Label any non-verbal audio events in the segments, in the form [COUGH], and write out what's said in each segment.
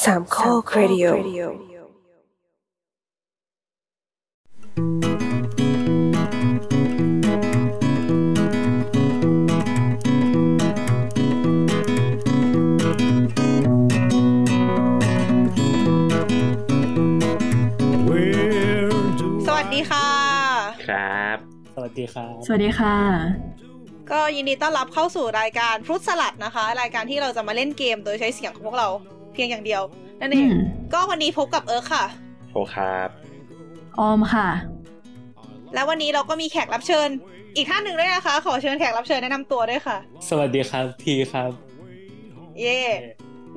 Talk Radio สวัสดีค่ะ ครับ สวัสดีครับ สวัสดีค่ะ ก็ยินดีต้อนรับเข้าสู่รายการฟรุตสลัดนะคะ รายการที่เราจะมาเล่นเกมโดยใช้เสียงของพวกเราเพียงอย่างเดียวนั่นเอ อื ง ม ก็วันนี้พบกับเอิร์กค่ะ โอครับ ออมค่ะ และวันนี้เราก็มีแขกรับเชิญ อีกท่านหนึ่งด้วยนะคะ ขอเชิญแขกรับเชิญแนะนำตัวด้วยค่ะ สวัสดีครับพีครับ เย่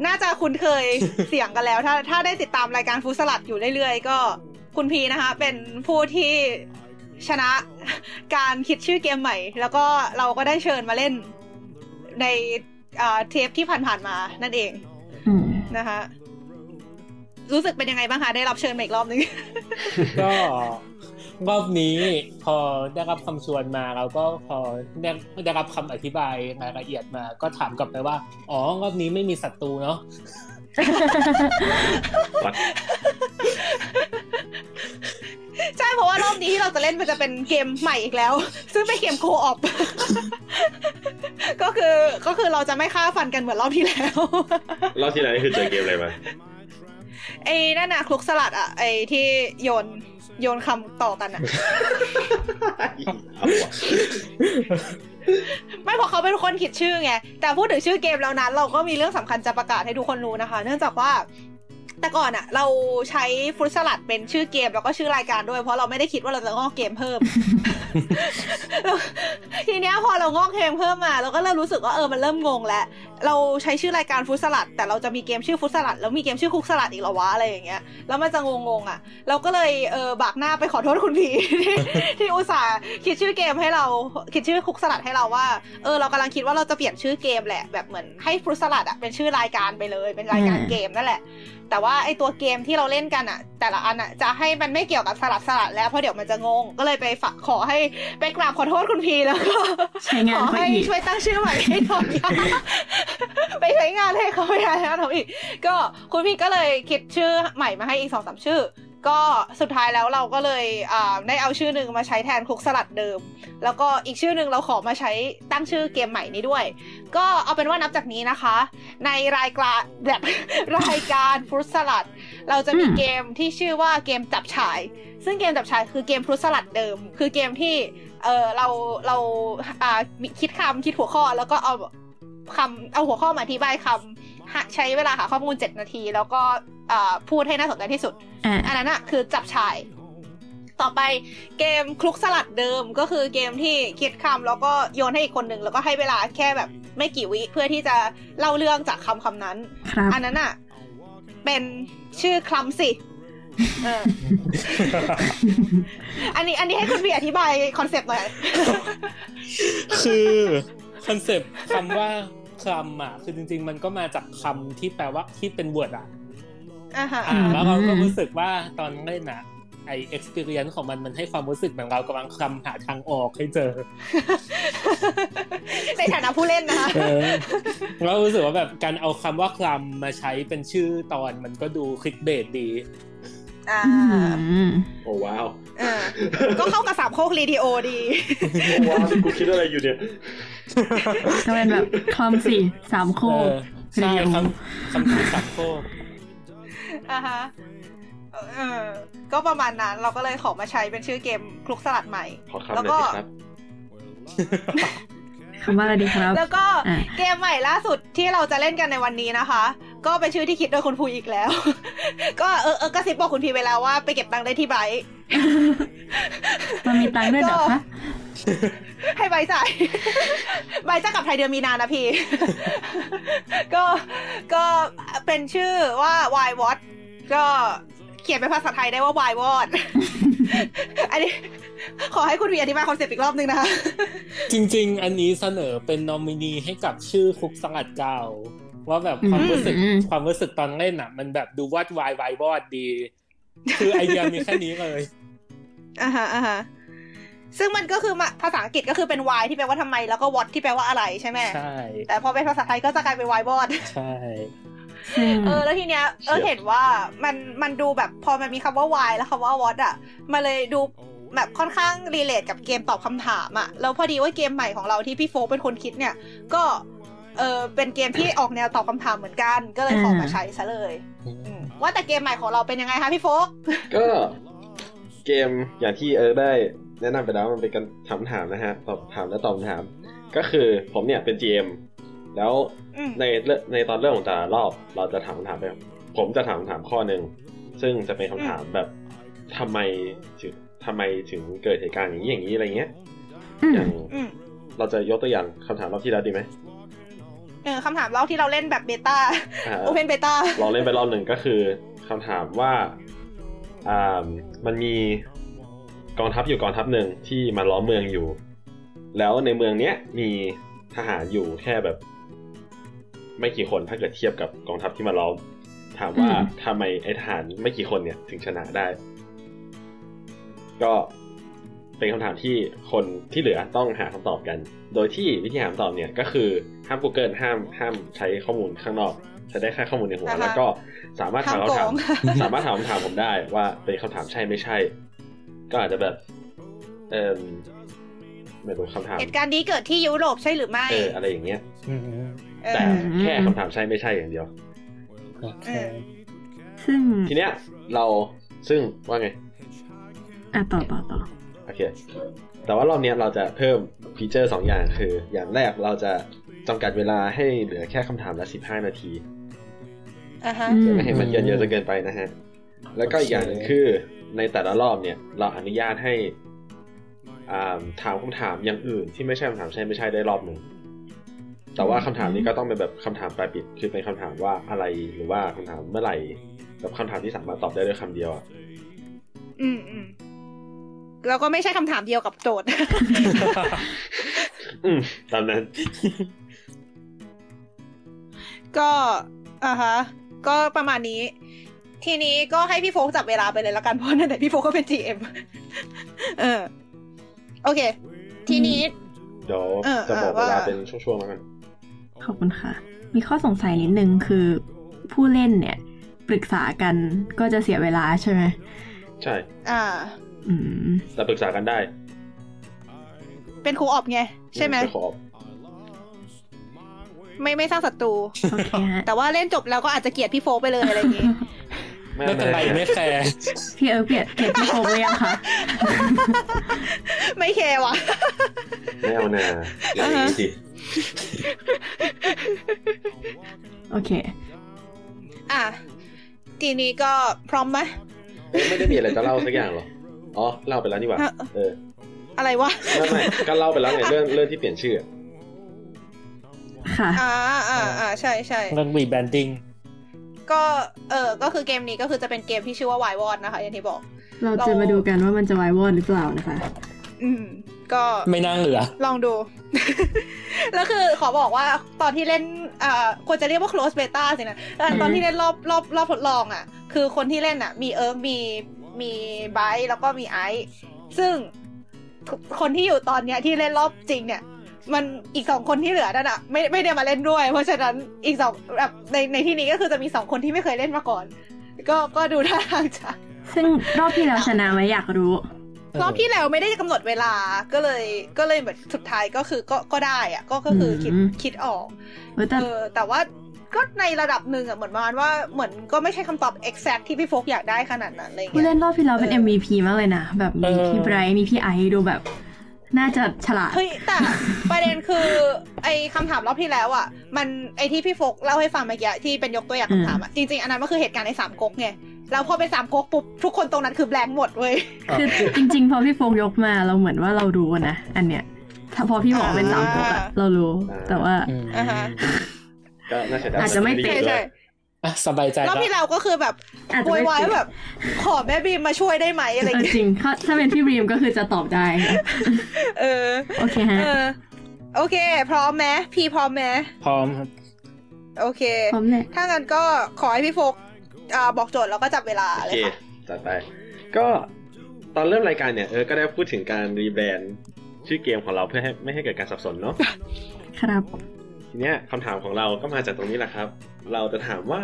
น่าจะคุ้นเคย เสียงกันแล้ว ถ้าถ้าได้ติดตามรายการฟรุตสลัดอยู่เรื่อยๆ ก็คุณพีนะคะ เป็นผู้ที่ชนะ การคิดชื่อเกมใหม่ แล้วก็เราก็ได้เชิญมาเล่นในอ่าเทปที่ผ่านๆมานั่นเอง อืม นะคะรู้สึกเป็นยังไงบ้างคะได้รับเชิญมาอีกรอบนึง [LAUGHS] ก็รอบนี้พอได้รับคำชวนมาเราก็พอได้ได้รับคำอธิบายรายละเอียดมา ก็ถามกลับไปว่า อ๋อรอบนี้ไม่มีศัตรูเนาะ วัด ใช่เพราะว่ารอบนี้ที่เราจะเล่นมันจะเป็นเกมใหม่อีกแล้ว ซึ่งเป็นเกมโค [LAUGHS] ออฟ ก็คือก็คือเราจะไม่ฆ่าฟันกันเหมือนรอบที่แล้ว รอบที่แล้วนี่คือเจอเกมอะไร [LAUGHS] มา ไอ้นั่นน่ะคลุกสลัดอ่ะไอ้ที่โยนโยนคำต่อกันอ่ะ [LAUGHS] เอาวะ ไม่เพราะเขาเป็นคนคิดชื่อไง แต่พูดถึงชื่อเกมแล้วนั้น เราก็มีเรื่องสำคัญจะประกาศให้ทุกคนรู้นะคะ เนื่องจากว่า แต่ก่อนอะเราใช้ฟรุตสลัดเป็นชื่อเกมแล้วก็ชื่อรายการด้วย เพราะเราไม่ได้คิดว่าเราจะงอกเกมเพิ่ม [LAUGHS] แล้วทีเนี้ยพอเรางอกเกมเพิ่มมาเราก็เริ่มรู้สึกว่าเออมันเริ่มงงแล้ว เราใช้ชื่อรายการฟรุตสลัด แต่เราจะมีเกมชื่อฟรุตสลัดแล้วมีเกมชื่อคุกสลัดอีกเหรอวะอะไรอย่างเงี้ยแล้วมันจะงงๆอะเราก็เลยเออบากหน้าไปขอโทษคุณพีที่ [LAUGHS] ที่อุตส่าห์คิดชื่อเกมให้เราคิดชื่อคุกสลัดให้เราว่า เออเรากำลังคิดว่าเราจะเปลี่ยนชื่อเกมแหละแบบเหมือนให้ฟรุตสลัดอะเป็นชื่อรายการไปเลยเป็นรายการ อืม เกมนั่นแหละ แต่ว่าไอตัวเกมที่เราเล่นกันอะแต่ละอันอะจะให้มันไม่เกี่ยวกับสลัดสลัดแล้วเพราะเดี๋ยวมันจะงง ก็เลยไปฝากขอให้ไปกราบขอโทษคุณพีแล้วก็ ใช้งา ข น อ เขา ให้ อีก ช่วยตั้งชื่อใหม่ให้หน่อยไปใช้งานให้เขาไม่ได้แล้วอีก ก็คุณพี่ก็เลยคิดชื่อใหม่มาให้อีกสองสามชื่อ ก็สุดท้ายแล้วเราก็เลยอ่าได้เอาชื่อหนึ่งมาใช้แทนคลุกสลัดเดิม แล้วก็อีกชื่อหนึ่งเราขอมาใช้ตั้งชื่อเกมใหม่นี้ด้วย ก็เอาเป็นว่านับจากนี้นะคะ ในรายการแบบ [LAUGHS] รายการฟรุตสลัด เราจะมี อืม เกมที่ชื่อว่าเกมจับฉาย ซึ่งเกมจับฉายคือเกมฟรุตสลัดเดิม คือเกมที่ เออเราเราอ่ามีคิดคำคิดหัวข้อแล้วก็เอาคำเอาหัวข้อมาอธิบายคำหาใช้เวลาหาข้อมูล 7 นาที แล้วก็อ่าพูดให้น่าสนใจที่สุด อ่ะ อันนั้นอะคือจับฉาย ต่อไปเกมคลุกสลัดเดิมก็คือเกมที่คิดคำแล้วก็โยนให้อีกคนหนึ่งแล้วก็ให้เวลาแค่แบบไม่กี่วิเพื่อที่จะเล่าเรื่องจากคำคำนั้น ครับ อันนั้นอะเป็นชื่อคลำสิเออ อันนี้อันนี้ให้คุณพีอธิบายคอนเซปต์หน่อย คือคอนเซปต์คำว่าคำอ่ะคือจริง ๆ มันก็มาจากคำที่แปลว่าที่เป็นบวดอ่ะ อ่าฮะ อ่าแล้วเราก็รู้สึกว่าตอนเล่นนะไอ experience ของมันมันให้ความรู้สึกเหมือนเรากำลังคลำหาทางออกให้เจอ ในฐานะผู้เล่นนะคะ เออแล้วรู้สึกว่าแบบการเอาคำว่าคลำมาใช้เป็นชื่อตอนมันก็ดูคลิกเบสดี อ่า อืม โอ้ว้าว เออก็เข้ากับสามโคกรีดีโอดี ว้าวกูคิดอะไรอยู่เนี่ย ก็เป็นแบบคลอมสี่สามโค เอก อใช่ เรียว คำคำที่สับโคก อ่าฮะเออก็ประมาณนั้นเราก็เลยขอมาใช้เป็นชื่อเกมคลุกสลัดใหม่ ขอคำห แล้วยน่อก็ สิครับ คำว่าอะไรดีครับ แล้วก็ อ่ะ เกมใหม่ล่าสุดที่เราจะเล่นกันในวันนี้นะคะ ก็เป็นชื่อที่คิดโดยคุณภูอีกแล้ว [LAUGHS] ก็เออเออกระซิบบอกคุณพีไปแล้วว่าไปเก็บตังค์ได้ที่ไบรท์ มันมีตังค์ด้วยเหรอคะ ให้ไบรท์จ่าย [LAUGHS] ไบรท์จะกลับไทยเดือนมีนานะพี่ [LAUGHS] ก็ก็เป็นชื่อว่า Why What ก็เขียนเป็นภาษาไทยได้ว่า Why What [LAUGHS] อันนี้ ขอให้คุณพีอธิบายคอนเซปต์อีกรอบนึงนะคะ จริง ๆ อันนี้เสนอเป็นนอมินีให้กับชื่อคุกสังกัดเก่า ว่าแบบความรู้สึก อืม ความรู้สึกตอนเล่นอ่ะ มันแบบดูวอดวายวายวอดดี คือไอเดียมีแค่นี้เลย อ่าฮะอ่าฮะซึ่งมันก็คือมาภาษาอังกฤษก็คือเป็น why ที่แปลว่าทำไม [LAUGHS] แล้วก็ what ที่แปลว่าอะไรใช่ไหม ใช่ แต่พอเป็นภาษาไทยก็จะกลายเป็น why บอด ใช่ จริง เออแล้วทีเนี้ยเออเห็นว่ามันมันดูแบบพอมันมีคำว่าวายแล้วคำว่าวอตอ่ะมันเลยดูแบบค่อนข้างรีเลทกับเกมตอบคำถามอ่ะแล้วพอดีว่าเกมใหม่ของเราที่พี่โฟกเป็นคนคิดเนี่ย ก็เออเป็นเกมที่ออกแนวตอบคำถามเหมือนกัน ก็เลยขอมาใช้ซะเลยอืมว่าแต่เกมใหม่ของเราเป็นยังไงคะพี่โฟก ก็เกมอย่างที่เออได้แนะนำไปแล้วมันเป็นการถามถามนะฮะตอบถามและตอบคำถาม ก็คือผมเนี่ยเป็น GM แล้ว อืม ในเรื่องในตอนเริ่มของแต่ละรอบ เราจะถามคำถามไปผมจะถามคำถามข้อหนึ่งซึ่งจะเป็นคำถามแบบทำไมถึงทำไมถึงเกิดเหตุการณ์อย่างนี้อย่างนี้อะไรเงี้ย อื อ ม ย่าง อืม เราจะยกตัวอย่างคำถามรอบที่แล้วดีไหม เออคำถามรอบที่เราเล่นแบบเบต้า อ่า โอเพนเบต้า เราเล่นไปรอบหนึ่งก็คือคำถามว่าอ่ามันมีกองทัพอยู่กองทัพหนึ่งที่มาล้อมเมืองอยู่ แล้วในเมืองเนี้ยมีทหารอยู่แค่แบบ ไม่กี่คนถ้าเกิดเทียบกับกองทัพที่มาล้อม ถามว่าทำไมไอทหารไม่กี่คนเนี่ยถึงชนะได้ ก็เป็นคำถามที่คนที่เหลือต้องหาคำตอบกัน โดยที่วิธีหาคำตอบเนี่ยก็คือห้าม Google ห้ามห้ามใช้ข้อมูลข้างนอก จะได้แค่ข้อมูลในหัว แล้วก็สามารถถาม ทำ คำ โก ถาม ง สามารถถามคำถามผมได้ว่าเป็นคำถามใช่ไม่ใช่ ก็อาจจะแบบ เออไม่รู้คำถาม เหตุการณ์นี้เกิดที่ยุโรปใช่หรือไม่ เอออะไรอย่างเงี้ย อืม เอ แต่ อ แค่คำถามใช่ไม่ใช่อย่างเดียว โอเค ซึ่ง ทีเนี้ยเราซึ่งว่าไง อ่ะต่อต่อต่อ โอเค แต่ว่ารอบเนี้ยเราจะเพิ่มฟีเจอร์ 2 อย่างคือ อย่างแรกเราจะจำกัดเวลาให้เหลือแค่คำถามละ 15 นาที อ่าฮะ อื เพื่อ ม ไม่ให้มันเยอะเยอะจนเกินไปนะฮะ แล้วก็อีกอย่างหนึ่งคือในแต่ละรอบเนี่ย เราอนุญาตให้อ่าถามคำถามอย่างอื่น ที่ไม่ใช่คำถามใช่ไม่ใช่ได้รอบหนึ่ง แต่ว่าคำถามนี้ก็ต้องเป็นแบบคำถามปลายปิด คือเป็นคำถามว่าอะไรหรือว่าคำถามเมื่อไหร่กับคำถามที่สามารถตอบได้ด้วยคำเดียวอะ อืมอืมแล้วก็ไม่ใช่คำถามเดียวกับโจทย์ [LAUGHS] อืมตามนั้น ก็อ่าฮะ ก็ประมาณนี้ ทีนี้ก็ให้พี่โฟกจับเวลาไปเลยละกันเพราะนั่นแหละพี่โฟกก็เป็น GM [LAUGHS] เออ โอเค ทีนี้ เดี๋ยว เออ จะบอกเวลา ว่า เป็นช่วงๆแล้วกัน ขอบคุณค่ะ มีข้อสงสัยนิดนึงคือผู้เล่นเนี่ย ปรึกษากันก็จะเสียเวลาใช่ไหม ใช่ อ่า อืม แต่ปรึกษากันได้ เป็นครูออบไง ใช่ไหม ปขอ ไม่ไม่สร้างศัตรู โอเคฮะ แต่ว่าเล่นจบแล้วก็อาจจะเกลียดพี่โฟกไปเลยอะไรอย่างงี้ [LAUGHS] ไม่เป็นไรไม่แคร์ พี่เอิร์กเกลียดเกลียดพี่โฟกหรือยังคะ ไม่เคว่ะ [LAUGHS] ไม่เอานะอย่า อ่าง ฮะ นี้สิ โอเค อ่ะ ทีนี้ก็พร้อมไหม เอ้ยไม่ได้มีอะไรจะเล่าสักอย่างหรอ อ๋อ เล่าไปแล้วนี่หว่า ฮะ เออ อะไรวะ ไม่ไม่ก็เล่าไปแล้วไงเรื่องเรื่องที่เปลี่ยนชื่ออะ ค่ะ อ่าอ่าอ่าใช่ใช่ เรื่องรีแบรนดิ้ง ก็ เออ ก็คือเกมนี้ก็คือจะเป็นเกมที่ชื่อว่าวายวอดนะคะ อย่างที่บอก เราจะมาดูกันว่ามันจะวายวอดหรือเปล่านะคะ อืม ก็ ไม่นั่งเหลือ ลองดู [LAUGHS] แล้วคือขอบอกว่าตอนที่เล่นอ่าควรจะเรียกว่า close beta สินะเออตอนที่เล่นรอบรอบรอบทดลองอ่ะ คือคนที่เล่นอ่ะ มีเอิร์กมีมีไบรท์แล้วก็มีไอซ์ซึ่งคนที่อยู่ตอนเนี้ยที่เล่นรอบจริงเนี่ย มันอีกสองคนที่เหลือนั่นอ่ะไม่ไม่ได้มาเล่นด้วย เพราะฉะนั้นอีกสองแบบในในที่นี้ก็คือจะมีสองคนที่ไม่เคยเล่นมาก่อน ก็ก็ดูท่าทางจะ ซึ่งรอบที่แล้วชนะไหมอยากรู้ รอบที่แล้วไม่ได้กำหนดเวลาก็เลยก็เลยเหมือนสุดท้ายก็คือก็ก็ได้อะก็ก็คือคิด อืม คิดออก เออแต่ เออแต่ว่าก็ในระดับหนึ่งอะเหมือนประมาณว่าเหมือนก็ไม่ใช่คำตอบ exact ที่พี่โฟกอยากได้ขนาดนั้นอะไร ผู้ เงี้ย เล่นรอบที่แล้วเป็น เออ MVP มากเลยนะ แบบมี เออ พี่ไบรท์มีพี่ไอซ์ดูแบบ น่าจะฉลาด เฮ้ยแต่ประเด็นคือไอคำถามรอบที่แล้วอะมันไอที่พี่โฟกเล่าให้ฟังเมื่อกี้ที่เป็นยกตัวอย่าง อืม คำถามอะจริงๆอันนั้นมันคือเหตุการณ์ในสามก๊กไงแล้วพอเป็นสามก๊กปุ๊บทุกคนตรงนั้นคือแบงค์หมดเว้ย คือจริงๆ พอพี่โฟกยกมาเราเหมือนว่าเรารู้นะ อันเนี้ย ถ้าพอพี่บอกเป็นสามตัว อ่า เรารู้ แต่ว่า อ่าฮะ ก็น่าเสียดาย อาจจะไม่เป๊ะ ใช่ใช่ อ่ะสบายใจ รอบ แล้ว ที่แล้วก็คือแบบ อาจจะ โว ไม่ ยวาย จริง ว่าแบบ ขอแม่บีมมาช่วยได้ไหมอะไร เออ เงี้ย จริงถ้าถ้าเป็นพี่บีมก็คือจะตอบได้ เออ โอเคฮะ เออโอเค พร้อมไหมพี่พร้อมไหม พร้อมครับ โอเค พร้อมแหละ ถ้างั้นก็ขอให้พี่โฟกอ่าบอกโจทย์แล้วก็จับเวลา โอ เล เค ยค่ะ จัดไป ก็ตอนเริ่มรายการเนี่ยเออ ก็ได้พูดถึงการรีแบรนด์ชื่อเกมของเราเพื่อให้ไม่ให้เกิดการสับสนเนาะ ครับ ทีเนี้ยคำถามของเราก็มาจากตรงนี้แหละครับ เราจะถามว่า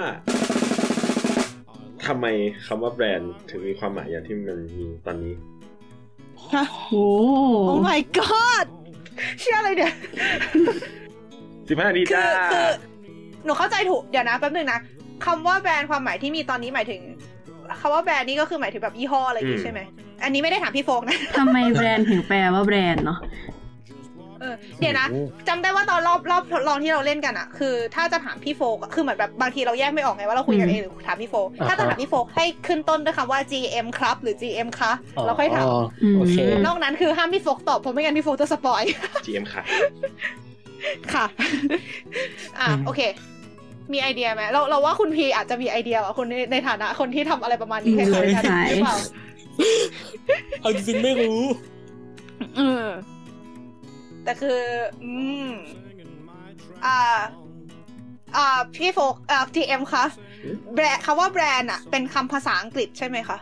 ทำไมคำว่าแบรนด์ถึงมีความหมายอย่างที่มันมีตอนนี้ โอ้ โอ้ my god เชื่ออะไรเนี่ย 15ดี คื จ้า อคือหนูเข้าใจถูกเดี๋ยวนะแป๊บนึงนะคำว่าแบรนด์ความหมายที่มีตอนนี้หมายถึงคำว่าแบรนด์นี่ก็คือหมายถึงแบบยี่ห้ออะไรอย่างงี้ใช่ไหมอันนี้ไม่ได้ถามพี่โฟกนะ ทำไมแบรนด์ถึงแปลว่าแบรนด์เนาะ เออเดี๋ยวนะจำได้ว่าตอนรอบรอบทดลองที่เราเล่นกันอะคือ ถ้าจะถามพี่โฟกอะคือเหมือนแบบบางทีเราแยกไม่ออกไงว่าเราคุยกันเองหรือถามพี่โฟก อ่าฮะ ถ้าจะถามพี่โฟกให้ขึ้นต้นด้วยคำว่า GM ครับหรือ GM คะเราค่อยถาม ม โอเค นอกนั้นคือห้ามพี่โฟกตอบเพราะไม่งั้นพี่โฟกจะสปอย [LAUGHS] จีเอ็มค่ะ ค่ะ อ่ะ อืม โอเค มีไอเดียไหมเราเราว่าคุณพีอาจจะมีไอเดียว่ะคุณในในฐานะคนที่ทำอะไรประมาณนี้ให้เขาได้หรือเปล่า เอาจริงๆไม่รู้ เออแต่คือ อืม อ่า อ่า พี่โฟกอ่าทีเอ็มคะ อืม แบรนด์คำว่าแบรนด์อ่ะ เป็นคำภาษาอังกฤษใช่ไหมคะ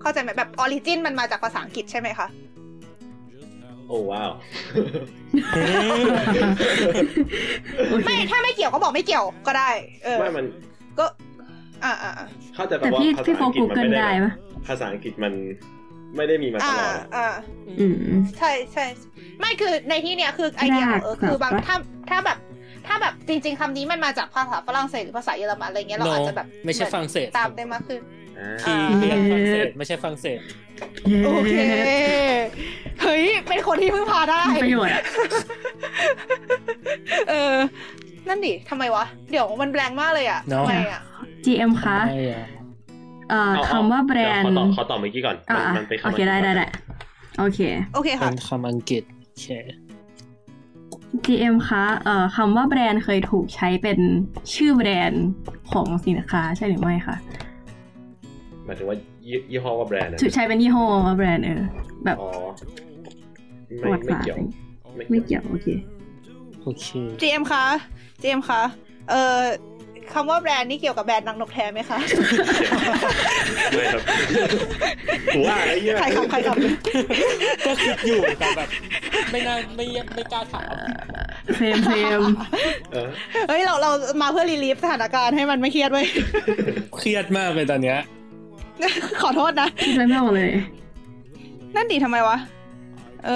เข้าใจไหมแบบออริจินมันมาจากภาษาอังกฤษใช่ไหมคะ โอ้ว้าว โอเค ไม่ ถ้าไม่เกี่ยวก็บอกไม่เกี่ยวก็ได้ เออ ไม่มัน ก็ อ่าอ่าอ่า เข้าใจปะ แต่ ว่า พี่ ภา พี่ ษา โฟ อังกฤ กู ษมัน เกิล ไม่ได้ ได้ แบ ปะ บภาษาอังกฤษมันไม่ได้มีมาต อ่า ลอดอะ อ่า อืม ใช่ใช่ไม่คือในที่เนี้ยคือไอเดียของเออย าก คือบาง แบบว่า ถ้าถ้าแบบ ถ้าแบบจริง ๆคำนี้มันมาจากภาษาฝรั่งเศสหรือภาษาเยอรมันอะไรเงี้ยเรา No อาจจะแบบ ไม่ใช่ฝรั่งเศส ตามได้มากขึ้น อ่า ที่เรียนฝรั่งเศสไม่ใช่ฝรั่งเศส โอเค เฮ้ย เป็นคนที่เพิ่งพาได้ มีประโยชน์อะ เออ นั่นดิทำไมวะ เดี๋ยวมันแบลงก์มากเลยอ่ะ เนอะ ทำไมอ่ะ GM คะ ใช่อะ เอ่อ เอา คำว่าแบรนด์ เดี๋ยวขอตอบขอตอบเมื่อกี้ก่อนมันอ่ะอ่ะ มันไปนคำ โอเคได้ได้ได้โอเค โอเค เป็ ค่ะ นคำอังกฤษโอเค GM คะเอ่อคำว่าแบรนด์เคยถูกใช้เป็นชื่อแบรนด์ของสินค้าใช่หรือไม่คะ หมายถึงว่ายี่ยี่ห้อว่าแบรนด์อะ ถูกใช้เป็นยี่ห้อว่าแบรนด์เออ แบบ อ๋อ ป ไม่ ระวัติ ไม่ ศาสตร์ เกี่ยว ไม่เกี่ยวโอเค โอเค GM คะ GM คะ เออคำว่าแบรนด์นี่เกี่ยวกับแบรนด์นางนกแท้ไหม [LAUGHS] คะ ไม่ [LAUGHS] ครับกูว่าไอ้เหี้ย ใครคำใครคำ ก็คิดอยู่แต่แบบ ไม่น่าไม่ไม่กล้าถาม เฟมเฟม เออ เฮ้ยเราเรามาเพื่อรีลีฟสถานการณ์ให้มันไม่เครียดไว้ย [LAUGHS] เครียดมากเลยตอนเนี้ย ขอโทษนะ คิดอะไรไม่ออกเลย นั่นดีทำไมวะ เอ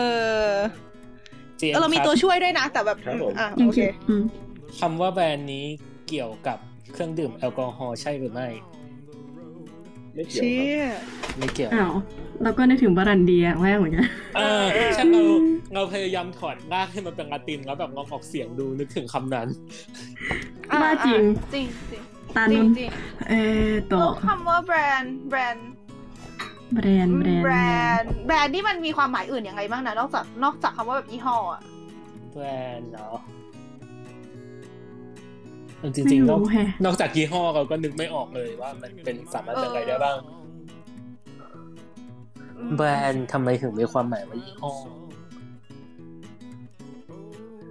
อ GM เออเรามีตัวช่วยด้วยนะ แต่แบบอืมอ่ะ ยัง โอเค คิดอืม คำว่าแบรนด์นี้เกี่ยวกับเครื่องดื่มแอลกอฮอล์ใช่หรือไม่ ไม่เกี่ยว เชี่ ครับ ย ไม่เกี่ยว อ้าวเราก็นึกถึงบารันเดียแม่เหมือนกัน เออใช่เราเราพยายามถอดรากให้มันเป็นลาตินแล้วแบบลองออกเสียงดูนึกถึงคำนั้น อ่ะ บ้าจริง จริงจริง ตา จริ นุ่ ง น จริง เออโต แล้วคำว่าแบรนด์แบรนด์ แบรนด์แบรน แบร ด์ นด์แบรนด์นี่มันมีความหมายอื่นยังไงบ้างนะนอกจากนอกจากคำว่าแบบยี่ห้ออะ แบรนด์เนาะจ ไม่ ริงๆนอก รู้แฮะ นอกจากยี่ห้อเราก็นึกไม่ออกเลยว่ามันเป็นสามารถเป็นอะไรได้บ้าง อืม แบรนด์ทำไมถึงมีความหมายว่ายี่ห้อ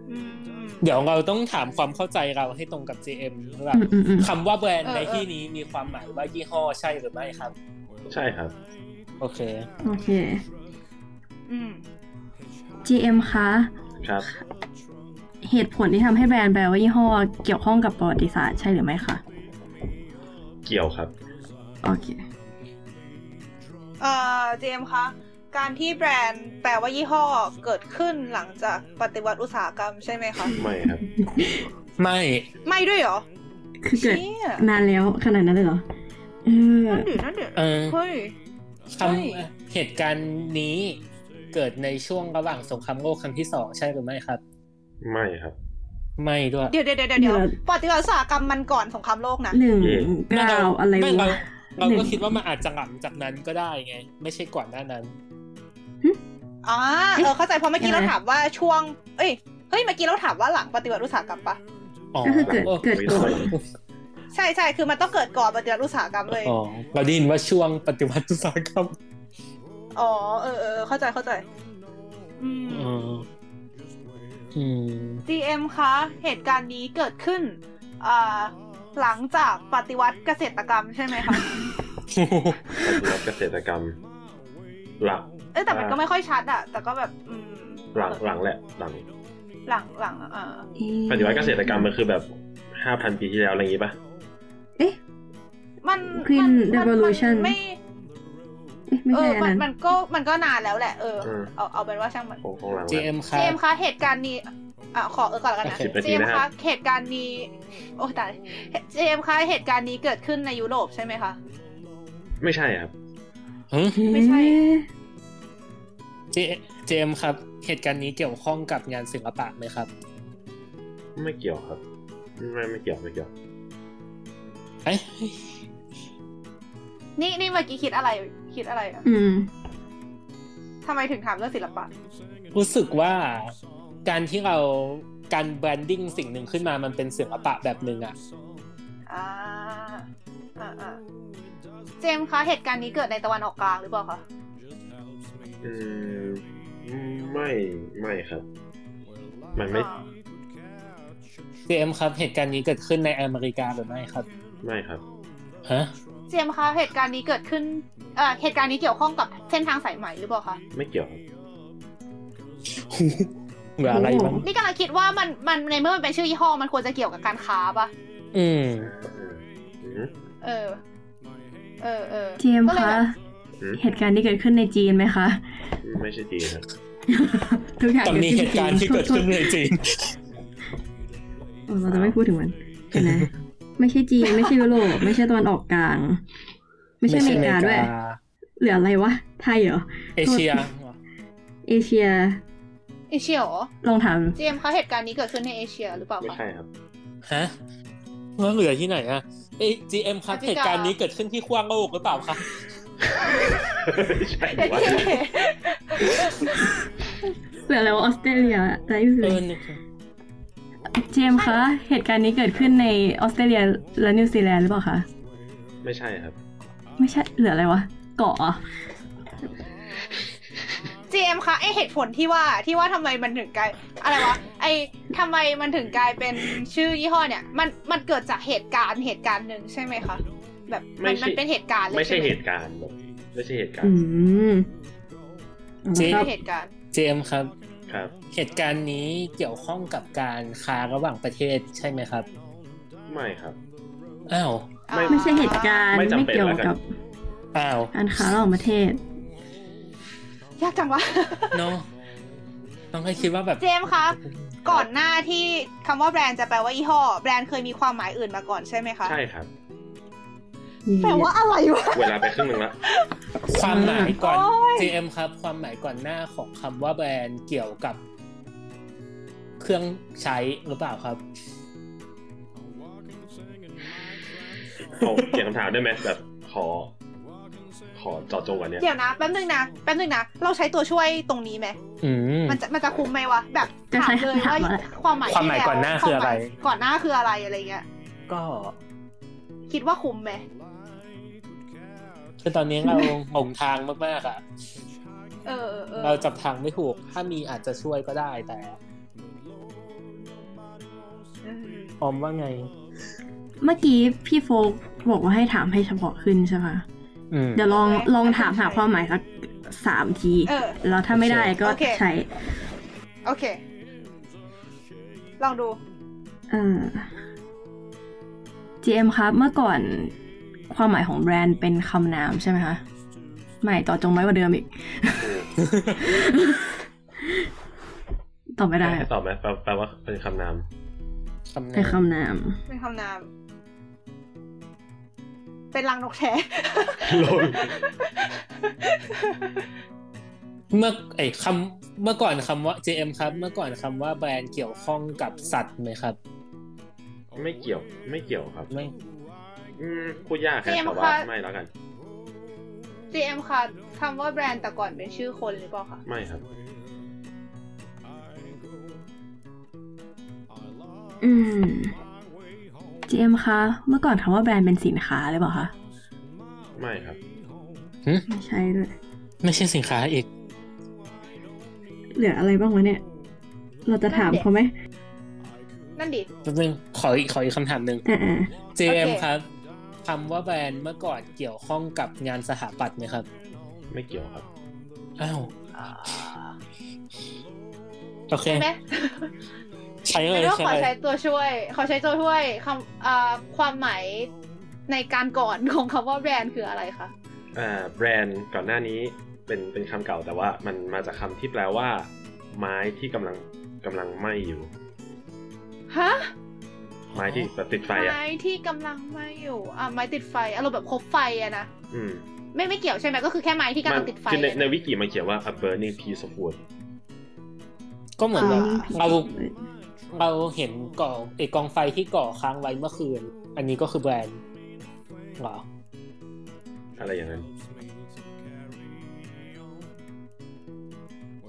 อืมอืม เดี๋ยวเราต้องถามความเข้าใจเราให้ตรงกับ JM แบบ อืมอืมอืม คำว่าแบรนด์ เออ ในที่นี้มีความหมายว่ายี่ห้อใช่หรือไม่ครับ ใช่ครับ โอเค โอเค อืม GM คะ ครับ เหตุผลที่ทำให้แบรนด์แปลว่ายี่ห้อเกี่ยวข้องกับประวัติศาสตร์ใช่หรือไม่คะ เกี่ยวครับ โอเค เอ่อเจมส์คะการที่แบรนด์แปลว่ายี่ห้อเกิดขึ้นหลังจากปฏิวัติอุตสาหกรรมใช่ไหมคะ ไม่ครับ ไม่ ไม่ด้วยเหรอ คือเกิด เชี่ย นานแล้วขนาดนั้นเลยเหรอเออ นั่นดินั่นดิ เออ เฮ้ย ค ใช่ ำเหตุการณ์นี้เกิดในช่วงระหว่างสงครามโลกครั้งที่สองใช่หรือไม่ครับ ไม่ครับ ไม่ด้วย เดี๋ยวเดี๋ยวเดี๋ยวเดี๋ยวปฏิวัติอุตสาหกรรมมันก่อนสงครามโลกนะ หนึ่ง เอ๊ะ เก้าอะไร ม่เรา วะ เรา หนึ่ ก็ ง คิดว่ามันอาจจะหลังจากนั้นก็ได้ไง ไม่ใช่ก่อนหน้านั้น อ๋อเออเข้าใจเพราะเมื่อกี้ เอ๊ะ เราถามว่าช่วง เอ้ยเฮ้ยเมื่อกี้เราถามว่าหลังปฏิวัติอุตสาหกรรมปะ อ๋อ ก็คือเกิดเกิดก่อน ใช่ใช่คือมันต้องเกิดก่อนปฏิวัติอุตสาหกรรมเลย อ๋อเราได้ยินว่าช่วงปฏิวัติอุตสาหกรรม อ๋อเออเออเออเข้าใจเข้าใจอืม อ๋ออืม GM คะเหตุการณ์นี้เกิดขึ้นอ่าหลังจากปฏิวัติเกษตรกรรมใช่ไหมคะ ปฏิวัติเกษตรกรรม หลัง เอ้ยแต่มัน อ่า ก็ไม่ค่อยชัดอะแต่ก็แบบอืม หลังหลังแหละ หลัง หลังหลังอ่า เอ๊ะ ปฏิวัติเกษตรกรรมมันคือแบบ ห้าพันปีที่แล้วอะไรอย่างงี้ปะ เอ๊ะ มัน Queen มันมัน Revolution มันไม่ เอ๊ะไม่ เอ ใช่ อ อัน มัน นั้น มันก็มันก็นานแล้วแหละเออเอาเอาเป็นว่าช่างมัน ของของหลัง เจ แล้ว มค เจ รับ มส์คะเหตุการณ์นี้อ่ะขอเออก่อนแล้วกันนะ โอเค เจมส์คะเหตุการณ์นี้ โอ้ตายเจมส์คะเหตุการณ์นี้เกิดขึ้นในยุโรปใช่ไหมคะ ไม่ใช่ครับ หึ ไม่ใช่ เอ๊ะ เจเจมครับ เหตุการณ์นี้เกี่ยวข้องกับงานศิลปะไหมครับ ไม่เกี่ยวครับ ไม่ไม่เกี่ยวไม่เกี่ยว เอ้ย นี่นี่เมื่อกี้คิดอะไรคิดอะไรอะ อืม ทำไมถึงถามเรื่องศิลปะ รู้สึกว่าการที่เราการแบรนดิ้งสิ่งหนึ่งขึ้นมามันเป็นศิลปะแบบหนึ่งอะ อ่าอ่าอ่าเจมส์คะเหตุการณ์นี้เกิดในตะวันออกกลางหรือเปล่าคะ อืมไม่ไม่ครับ มันไม่ อ่า เจมครับ เหตุการณ์นี้เกิดขึ้นในอเมริกาหรือไม่ครับ ไม่ครับ ฮะ เจมส์คะเหตุการณ์นี้เกิดขึ้นเอ่อเหตุการณ์นี้เกี่ยวข้องกับเส้นทางสายไหมหรือเปล่าคะ ไม่เกี่ยวครับ หรืออะไรมั้ง นี่กำลังคิดว่ามันมันในเมื่อมันเป็นชื่อยี่ห้อมันควรจะเกี่ยวกับการค้าปะ อืม อืมอืม เออ เออเออ เจมส์ ก็เลย คะ แบบ อืม เหตุการณ์ที่เกิดขึ้นในจีนไหมคะ ไม่ใช่จีนครับ ทุกอย่าง แต่มีเหตุการณ์ที่เกิดขึ้นในจีน เออเราจะไม่พูดถึงมันนะ ไม่ใช่จีน ไม่ใช่ยุโรปไม่ใช่ตะวันออกกลาง ไม่ใช่อเมริกาด้วย เหลืออะไรวะ ไทยเหรอ เอเชีย เอเชีย เอเชียเหรอ ลองถาม เจมส์คะเหตุการณ์นี้เกิดขึ้นในเอเชียหรือเปล่า ไม่ คะ ใช่ [LAUGHS] ครับ ฮะแล้วเหลือที่ไหนอะเอ้ย GM ครับ แอฟริกา เหตุการณ์นี้เกิดขึ้นที่ขั้วโลกหรือเปล่าครับ ไม่ใช่ เดี๋ยว วะ ที่ เหลืออะไรวะออสเตรเลียอะไรอยู่ เอ เล อย นึก เจมส์คะ เหตุการณ์นี้เกิดขึ้นในออสเตรเลียและนิวซีแลนด์หรือเปล่าคะ ไม่ใช่ครับ ไม่ใช่ เหลืออะไรวะ เกาะเหรอ [LAUGHS] เจมส์คะไอเหตุผลที่ว่าที่ว่าทำไมมันถึงกลายอะไรวะไอทำไมมันถึงกลายเป็นชื่อยี่ห้อเนี่ย มันมันเกิดจากเหตุการณ์เหตุการณ์หนึ่งใช่ไหมคะแบบ ไม่ มัน ใช่ มันเป็นเหตุการณ์เลย ไม่ใช่ ไ เหตุการณ์แบบไม่ใช่เหตุการ อื ณ์ ม เจ ไม่ ม ใช่เหตุการณ์ เจมครับ ครับ เหตุการณ์นี้เกี่ยวข้องกับการค้าระหว่างประเทศใช่ไหมครับ ไม่ครับ อ้าว ไม่ ไม่ใช่เหตุการณ์ ไม่จำ ไม่ เป็น เกี่ยว แล้วกัน กับ อ้าว การค้าระหว่างประเทศ ยากจังวะ [LAUGHS] เนอะน้องให้คิดว่าแบบ เจมส์คะ ก่อนหน้าที่คำว่าแบรนด์จะแปลว่ายี่ห้อ แบรนด์เคยมีความหมายอื่นมาก่อนใช่ไหมคะ ใช่ครับ แปลว่าอะไร [LAUGHS] วะ เวลาไปครึ่งหนึ่งละ ความหมายก่อน โอ้ย GM ครับ ความหมายก่อนหน้าของคำว่าแบรนด์เกี่ยวกับ เครื่องใช้หรือเปล่าครับ เอาเปลี่ยนคำถามได้ไหมแบบขอ ขอเจอดจงกวันเนี้ย เดี๋ยวนะแป๊บนึงนะแป๊บนึงนะเราใช้ตัวช่วยตรงนี้ไหม อืม มันจะมันจะคุ้มไหมวะแบบ จะ ถามใช้เลย ถาม ว่า ว่าอะไร ความหมาย ความหมาย ที่แว ก่อนหน้าคืออะไร วามหมายก่อนหน้าคืออะไรอะไรเงี้ย ก็ คิดว่าคุ้มไหม คือตอนนี้เราหลงทางมากๆอะ เออเออเออ เราจับทางไม่ถูก ถ้ามีอาจจะช่วยก็ได้แต่ อืม ออมว่าไง เมื่อกี้พี่โฟกบอกว่าให้ถามให้เฉพาะขึ้นใช่ปะ อืม เดี๋ยวลองลองถามหาความหมายสักสามที เออ แล้วถ้าไม่ได้ก็ โอเค ใช้ โอเค ลองดู เอ่อ GM ครับเมื่อก่อนความหมายของแบรนด์เป็นคำนามใช่ไหมคะไม่ต่อจงไว้กว่าเดิมอีก [LAUGHS] ตอบไม่ได้ ให้ตอบไหมแปลแปลว่าเป็นคำนาม คำ เป็น นำ คำนาม เป็นคำนาม เป็นรังนกแท้ [LAUGHS] [LAUGHS] ลง เมื่อไอยคำเมื่อก่อนคำว่า JM ครับ เมื่อก่อนคำว่าแบรนด์เกี่ยวข้องกับสัตว์ไหมครับ [LAUGHS] ไม่เกี่ยว ไม่เกี่ยวครับ ไม่ อืมพูดยากแค่แต่ว่าไม่แล้วกัน เจมค่ะคำว่าแบรนด์แต่ก่อนเป็นชื่อคนหรือเปล่าคะ ไม่ครับ อืม GM คะเมื่อก่อนคำว่าแบรนด์เป็นสินค้าหรือเปล่าคะ ไม่ครับ ไม่ใช่ด้วย ไม่ใช่สินค้าอีก เหลืออะไรบ้างวะเนี่ย เราจะถามเขาไหม นั่นดิ แป๊บนึงขออีกขออีกคำถามหนึ่ง อ่า JM โอเค ครับคำว่าแบรนด์เมื่อก่อนเกี่ยวข้องกับงานสถาปัตย์ไหมครับ ไม่เกี่ยวครับ อ้าว โอเค ใช่ไหม ใช้เล ไม่ ย ต้อง ใช่ ขอ เล ใช้ ย ตัวช่วยขอใช้ตัวช่วยคำอ่าความหมายในการก่อน [LAUGHS] ของคำว่าแบรนด์คืออะไรคะ อ่าแบรนด์ก่อนหน้านี้เป็นเป็นคำเก่าแต่ว่ามันมาจากคำที่แปลว่า ไม้ที่กำลังกำลังไหม้อยู่ ฮะ ไม้ที่แบบติดไฟอ่ะ ไม้ที่กำลังไหม้อยู่อ่ะไม้ติดไฟอารมณ์แบบคบไฟอะนะ อืม ไม่ไม่เกี่ยวใช่ไหมก็คือแค่ไม้ที่กำลังติดไฟ คือใน อะ ใน นะ วิกิมันเขียนว่า a burning piece of wood ก็เหมือนแบบ อ่า เราเราเห็นก่อไอกองไฟที่ก่อค้างไว้เมื่อคืน อันนี้ก็คือแบรนด์เหรอ อะไรอย่างนั้น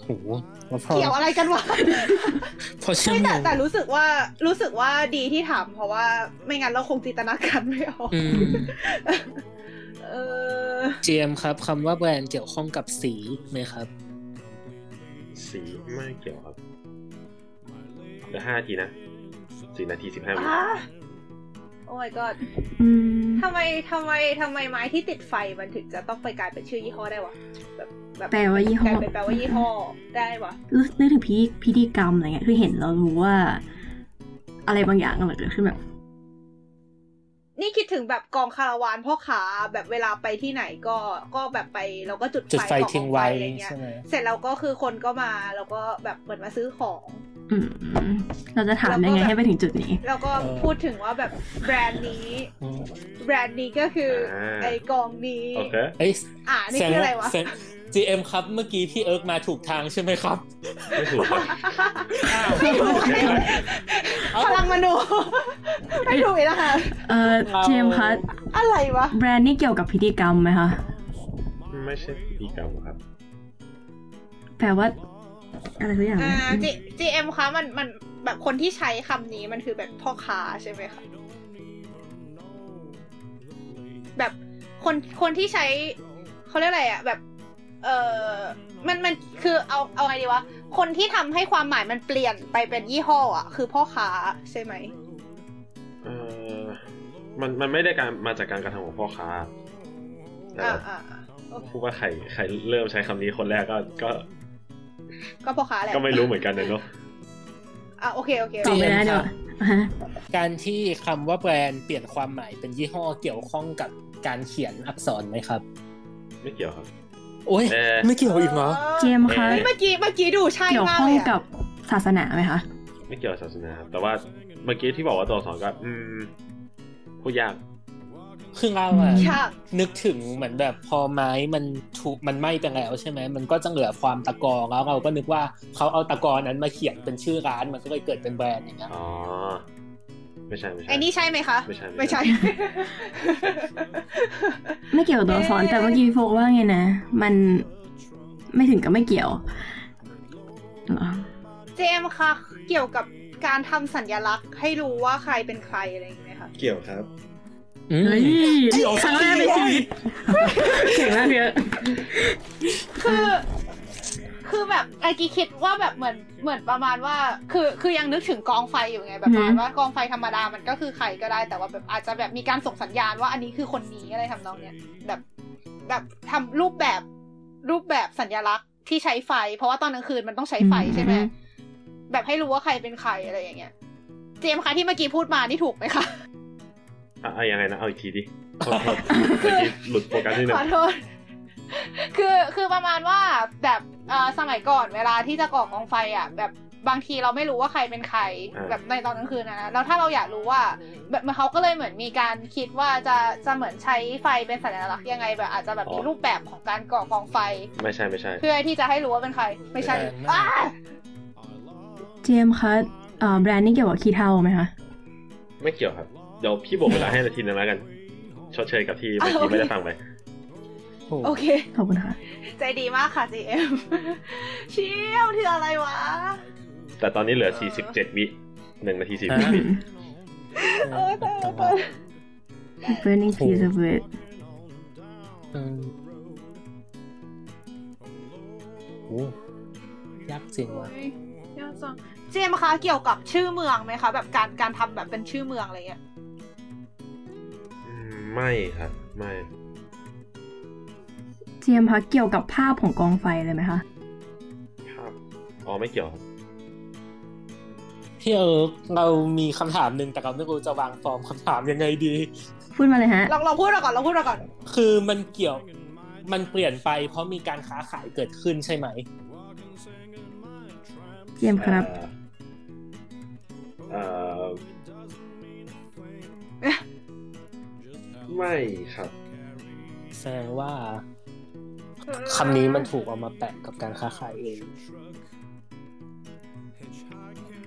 โหแล้วพอ เกี่ยวอะไรกันว [LAUGHS] ะ พอเชื่อ ไม่ มโย แต่ ง แต่รู้สึกว่ารู้สึกว่าดีที่ถามเพราะว่าไม่งั้นเราคงจินตนาการไม่ออก อืม เออ เจมส์ครับคำว่าแบรนด์เกี่ยวข้องกับสีไหมครับ สีไม่เกี่ยวครับเหลือห้านาทีนะสี่นาทีสิบห้าวิ อ่ะโอ้ยก็ อืม ทำไมทำไมทำไมไม้ที่ติดไฟมันถึงจะต้องไปกลายเป็นชื่อยี่ห้อได้วะแบบแบบ แปลว่ายี่กห้ลา อย เป็นแปลว่ายี่ห้อได้วะ รู้นึกถึงพิพิธีกรรมอะไรเงี้ยคือเห็นเรารู้ว่า อะไรบางอย่างกำลังเกิดขึ้นแบบ นี่คิดถึงแบบกองคาราวานพ่อขาแบบเวลาไปที่ไหนก็ก็แบบไปเราก็จุด จุดไฟ ไฟกอง ทิ้งไว้ ฟอะไรเงี้ย ใช่ไหม เสร็จแล้วก็คือคนก็มาแล้วก็แบบเหมือนมาซื้อของ อืมเราจะถามยังไงให้ไปถึงจุดนี้ แล้วก็พูดถึงว่าแบบแบรนด์นี้ อืม แบรนด์นี้ก็คืออา ไอกองนี้ โอเค เอ้ย อ่านี่ แสด คือง อะไรวะ แสดง GM ครับเมื่อกี้พี่เอิร์กมาถูกทางใช่ไหมครับ ไม่ถูกครับ อ้าว ไม่ถูก เอ้า พลังมโน [LAUGHS] ไม่ถูกอีกแล้วค่ะ เออเจมส์คะ อะไรวะ แบรนด์นี่เกี่ยวกับพิธีกรรมไหมคะ ไม่ใช่ปีเก่าครับ แปลว่า อะไรสักอย่าง อ่า G- GM คะมันมันแบบคนที่ใช้คำนี้มันคือแบบพ่อค้าใช่ไหมคะ แบบคนคนที่ใช้เขาเรียกอะไรอะแบบ เออมันมันคือเอาเอาไงดีวะ คนที่ทำให้ความหมายมันเปลี่ยนไปเป็นยี่ห้ออะคือพ่อค้าใช่ไหม เอ่อมันมันไม่ได้การมาจากการกระทำของพ่อค้าแต่ อ่า ว่า อ่าอ่า พูดว่าใครใครเริ่มใช้คำนี้คนแรกก็ก็ ก็พ่อค้าแหละ ก็ไม่รู้เหมือนกันนะเนาะ อ่ะโอเคโอเค ตอบ GM ไม่ได้เดี๋ยวฮะ การที่คำว่าแบรนด์เปลี่ยนความหมายเป็นยี่ห้อเกี่ยวข้องกับการเขียนอักษรไหมครับ ไม่เกี่ [LAUGHS] ยวครับ โอ้ย เอ่อ ไม่เกี่ยวอีกเหรอ เจมส์คะ เมื่อกี้เมื่อกี้ดูใช่ เกี่ยว มาก ข้อ เล ง ย กั อะ บศาสนาไหมคะ ไม่เกี่ยวกับศาสนาครับแต่ว่าเมื่อกี้ที่บอกว่าตัวสอนก็อืมพูดยาก คือเราอะ ฉาก นึกถึงเหมือนแบบพอไม้มันถูกมันไหม้ไปแล้วใช่ไหมมันก็จะเหลือความตะกอแล้วเราก็นึกว่าเขาเอาตะกอนั้นมาเขียนเป็นชื่อร้านมันก็เลยเกิดเป็นแบรนด์อย่างเงี้ย อ๋อไม่ใช่ไม่ใช่ ไอ้นี่ใช่ไหมคะ ไม่ใช่ ไม่ใช่ [LAUGHS] ไม่เกี่ยวกับตัวอักษร เอ๊ะ แต่เมื่อกี้โฟกว่าไงนะ มันไม่ถึงกับไม่เกี่ยวเหรอ เจมส์คะเกี่ยวกับการทำสัญลักษณ์ให้รู้ว่าใครเป็นใครอะไรอย่างเงี้ยค่ะ เกี่ยวครับ อืม เฮ้ย เกี่ยว ครั้งแรกในชีวิตเก่งมากเลย คือ คือแบบไอกีคิดว่าแบบเหมือนเหมือนประมาณว่า คือคือยังนึกถึงกองไฟอยู่ไงแบบประมาณว่ากองไฟธรรมดามันก็คือใครก็ได้แต่ว่าแบบอาจจะแบบมีการส่งสัญญาณว่าอันนี้คือคนนี้อะไรทำนองเนี้ยแบบ แบบทำรูปแบบรูปแบบสัญลักษณ์ที่ใช้ไฟ เพราะว่าตอนกลางคืนมันต้องใช้ไฟใช่ไหมแบบให้รู้ว่าใครเป็นใครอะไรอย่างเงี้ย เจมส์คะที่เมื่อกี้พูดมานี่ถูกไหมคะ อ่ะเอายังไงนะเอาอีกที [LAUGHS] ดิโทษโทษเมื่อกี้หลุดโฟกัสนิดหนึ ข ง อโทษ [LAUGHS] คือคือประมาณว่าแบบเอ่อสมัยก่อนเวลาที่จะก่อกองไฟอ่ะ แบบบางทีเราไม่รู้ว่าใครเป็นใคร แบบในตอนกลางคืนนะนะแล้วถ้าเราอยากรู้ว่า แบบเขาก็เลยเหมือนมีการคิดว่าจะจะเหมือนใช้ไฟเป็นสัญลักษณ์ยังไงแบบอาจจะแบบมีรูปแบบของการก่อกองไฟ ไม่ใช่ไม่ใช่ เพื่อที่จะให้รู้ว่าเป็นใคร ไม่ใช่ เออ อ้า เจมส์คะเอ่อแบรนด์นี่เกี่ยวกับขี้เท่าไหมคะ ไม่เกี่ยวครับเดี๋ยวพี่บอกเวลาให้นาทีนึงแล้วกันชดเชยกับที่เมื่อกี้ไม่ได้ฟังไป โอเค ขอบคุณค่ะ ใจดีมาก [LAUGHS] ค่ะ GM เชี่ยวที่อะไรวะ แต่ตอนนี้เหลือ เออ 47 วิหนึ่งนาที อ่า 40วิ เออแต่ละคน burning piece of wood อืมโอ้ยากจริงว่ะ โอ้ยยากจังเจมส์คะเกี่ยวกับชื่อเมืองไหมคะ แบบการการทำแบบเป็นชื่อเมืองอะไรเงี้ย อืมไม่ครับไม่ เจมส์คะเกี่ยวกับภาพของกองไฟเลยไหมคะ ครับ อ๋อ ไม่เกี่ยวครับ พี่เอิร์กเรามีคำถามหนึ่งแต่เราไม่รู้จะวางฟอร์มคำถามยังไงดี พูดมาเลยฮะ [LAUGHS] ลองลองพูดมาก่อนลองพูดมาก่อน คือมันเกี่ยวมันเปลี่ยนไปเพราะมีการค้าขายเกิดขึ้นใช่ไหม เยี่ยมครับ เอ่อไม่ครับ แสดงว่าคำนี้มันถูกเอามาแปะกับการค้าขายเอง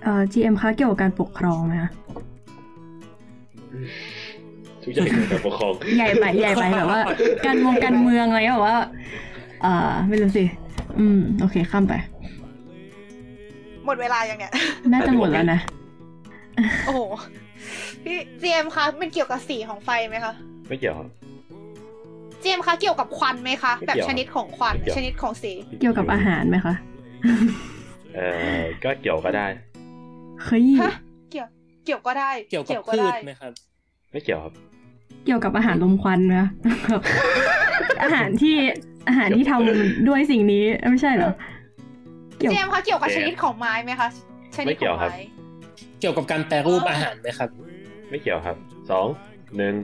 เอ่อ GM คะเกี่ยวกับการปกครองไหมคะ ทุกอย่างเกี่ยวกับปกครอง ใหญ่ไปใหญ่ไปแบบ [LAUGHS] ว่า การวงการเมืองอะไรแบบว่า เอ่อ ไม่รู้สิ อืม โอเคข้ามไป หมดเวลายังเนี่ย [LAUGHS] น่าจะหมดแล้วนะ โอ้โห พี่เจมส์คะมันเกี่ยวกับสีของไฟไหมคะ ไม่เกี่ยวครับ เจมส์คะเกี่ยวกับควันไหมคะ ไม่ แบบ เกี่ยว ชนิดของควัน ไม่เกี่ยว ชนิดของสี เกี่ยวกับอาหารไหมคะ เอ่อก็เกี่ยวก็ได้ เฮ้ย ฮะ เกี่ยว เกี่ยวก็ได้ เกี่ยวกับพืชไหมครับ ไม่เกี่ยวครับ เกี่ยวกับอาหารลมควันไหมคะ [LAUGHS] อาหารที่อาหารที่ทำด้วยสิ่งนี้ไม่ใช่เหรอ เกี่ยว เจมส์คะเกี่ยวกับชนิดของไม้ไหมคะ ชนิด ไม่เกี่ ข ย อ ว ง ครับ ไม้ เกี่ยวกับการแปรรูปอาหารไหมครับ ไม่เกี่ยวครับสองหนึ่ง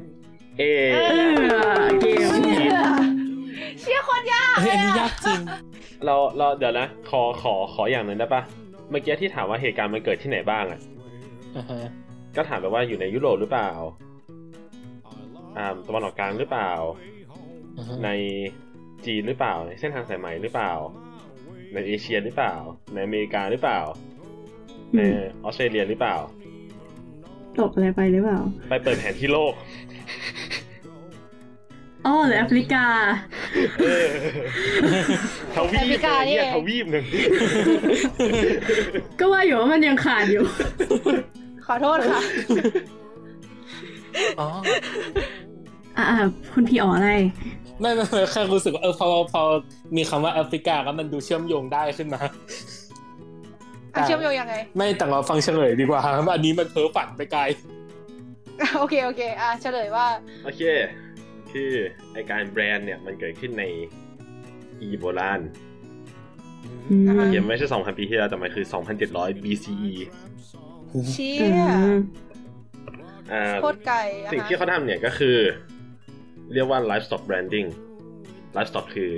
เอ เออเกม เชี่ยคนยากเลเฮ้ยอัน ย นี้ยา อะ กจริง เราเราเดี๋ยวนะ ขอขอขออย่างหนึ่งได้ปะเมื่อกี้ที่ถามว่าเหตุการณ์มันเกิดที่ไหนบ้างอ่ะ อ่าฮะ ก็ถามไปว่าอยู่ในยุโรปหรือเปล่าอ่าตะวันออกกลางหรือเปล่า อ่าฮะ ในจีนหรือเปล่า ในเส้นทางสายไหมหรือเปล่า ในเอเชียหรือเปล่า ในอเมริกาหรือเปล่า ในออสเตรเลียหรือเปล่า ตกอะไรไปหรือเปล่า ไปเปิดแผนที่โลก [LAUGHS] อ๋อหรือแอฟริกา เออทวีปเลยเนี่ยทวีปหนึ่ง [LAUGHS] ก็ว่าอยู่ว่ามันยังขาดอยู่ [LAUGHS] ขอโทษค่ะ อ๋อ อ่าคุณพี่อ๋ออะไร ไม่ไม่ไม่แค่รู้สึกว่าเออพอพอมีคำว่าแอฟริกาแล้วมันดูเชื่อมโยงได้ขึ้นมา อ่ะเชื่อมโยงยังไง [LAUGHS] ไม่แต่เราฟังเฉลยดีกว่าอันนี้มันเพ้อฝันไปไกล โอเค โอเค อ่ะเฉลยว่า โอเค คือไอการแบรนด์เนี่ยมันเกิดขึ้นในอียิปต์โบราณ อืม อ่าฮะ เขียนไม่ใช่ 2,000 ปีที่แล้ว แต่มันคือ 2,700 BCE เชี่ อื ย ม อ่า โคตรไกลอ่ะ สิ่งที่ ฮะ เขาทำเนี่ยก็คือ เรียกว่า livestock branding livestock คือ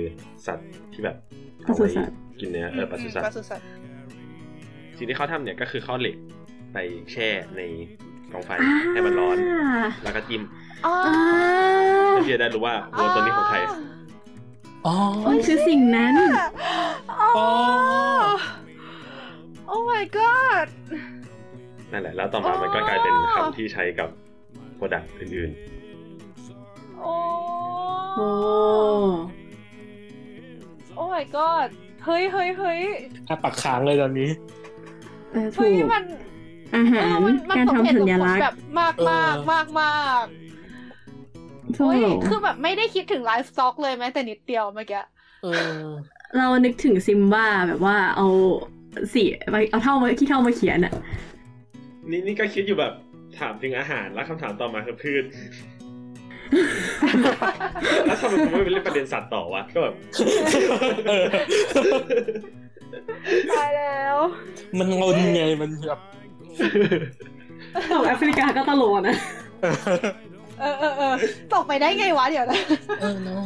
สัตว์ที่แบบ ป เอา ศุ ไว้ สัตว์ กินเนื้อเออปศุสัต ป ว์ ศุสัตว์ สิ่งที่เขาทำเนี่ยก็คือเขาเอาเหล็กไปแช่ในกองไฟ อ่า ให้มันร้อน แล้วก็จิ้ม อ๋อ อ่า เพื่อที่จะได้รู้ว่าวัวตัวนี้ของใคร อ๋อ โอ้ยคือสิ่งนั้น อ๋อ อ๋อ โอ้ my god นั่นแหละ แล้วต่อมามันก็กลายเป็นคำที่ใช้กับโปรดักต์อื่น โอ้ โอ้ โอ้ my god เฮ้ยเฮ้ยเฮ้ย อ่ะปักค้างเลยตอนนี้ เออถู เฮ้ย ก มัน อา เอ หาร อมันมัน การ สมเห ทำ ตุสมสัญ ผล ลักษ แบ ณ์ บมากมากมากมาก โธ่ เฮ้ยคือแบบไม่ได้คิดถึงไลฟ์สต็อกเลยแม้แต่นิดเดียวเมื่อกี้ เออ เรานึกถึงซิมบ้าแบบว่าเอาสีไปเอาเท่ามาขี้เท่ามาเขียนอะ ๆ นี่นี่ก็คิดอยู่แบบถามถึงอาหารแล้วคำถามต่อมาคือพืช [LAUGHS] แล้วทำไมผมไม่ไปเล่นประเด็นสัตว์ต่อวะก็แบบ ตายแล้ว มันงนไงมันแบบ ตอบแอฟริกาก็ตลกนะ เออเออเออตกไปได้ไงวะเดี๋ยวนะ เออเนอะ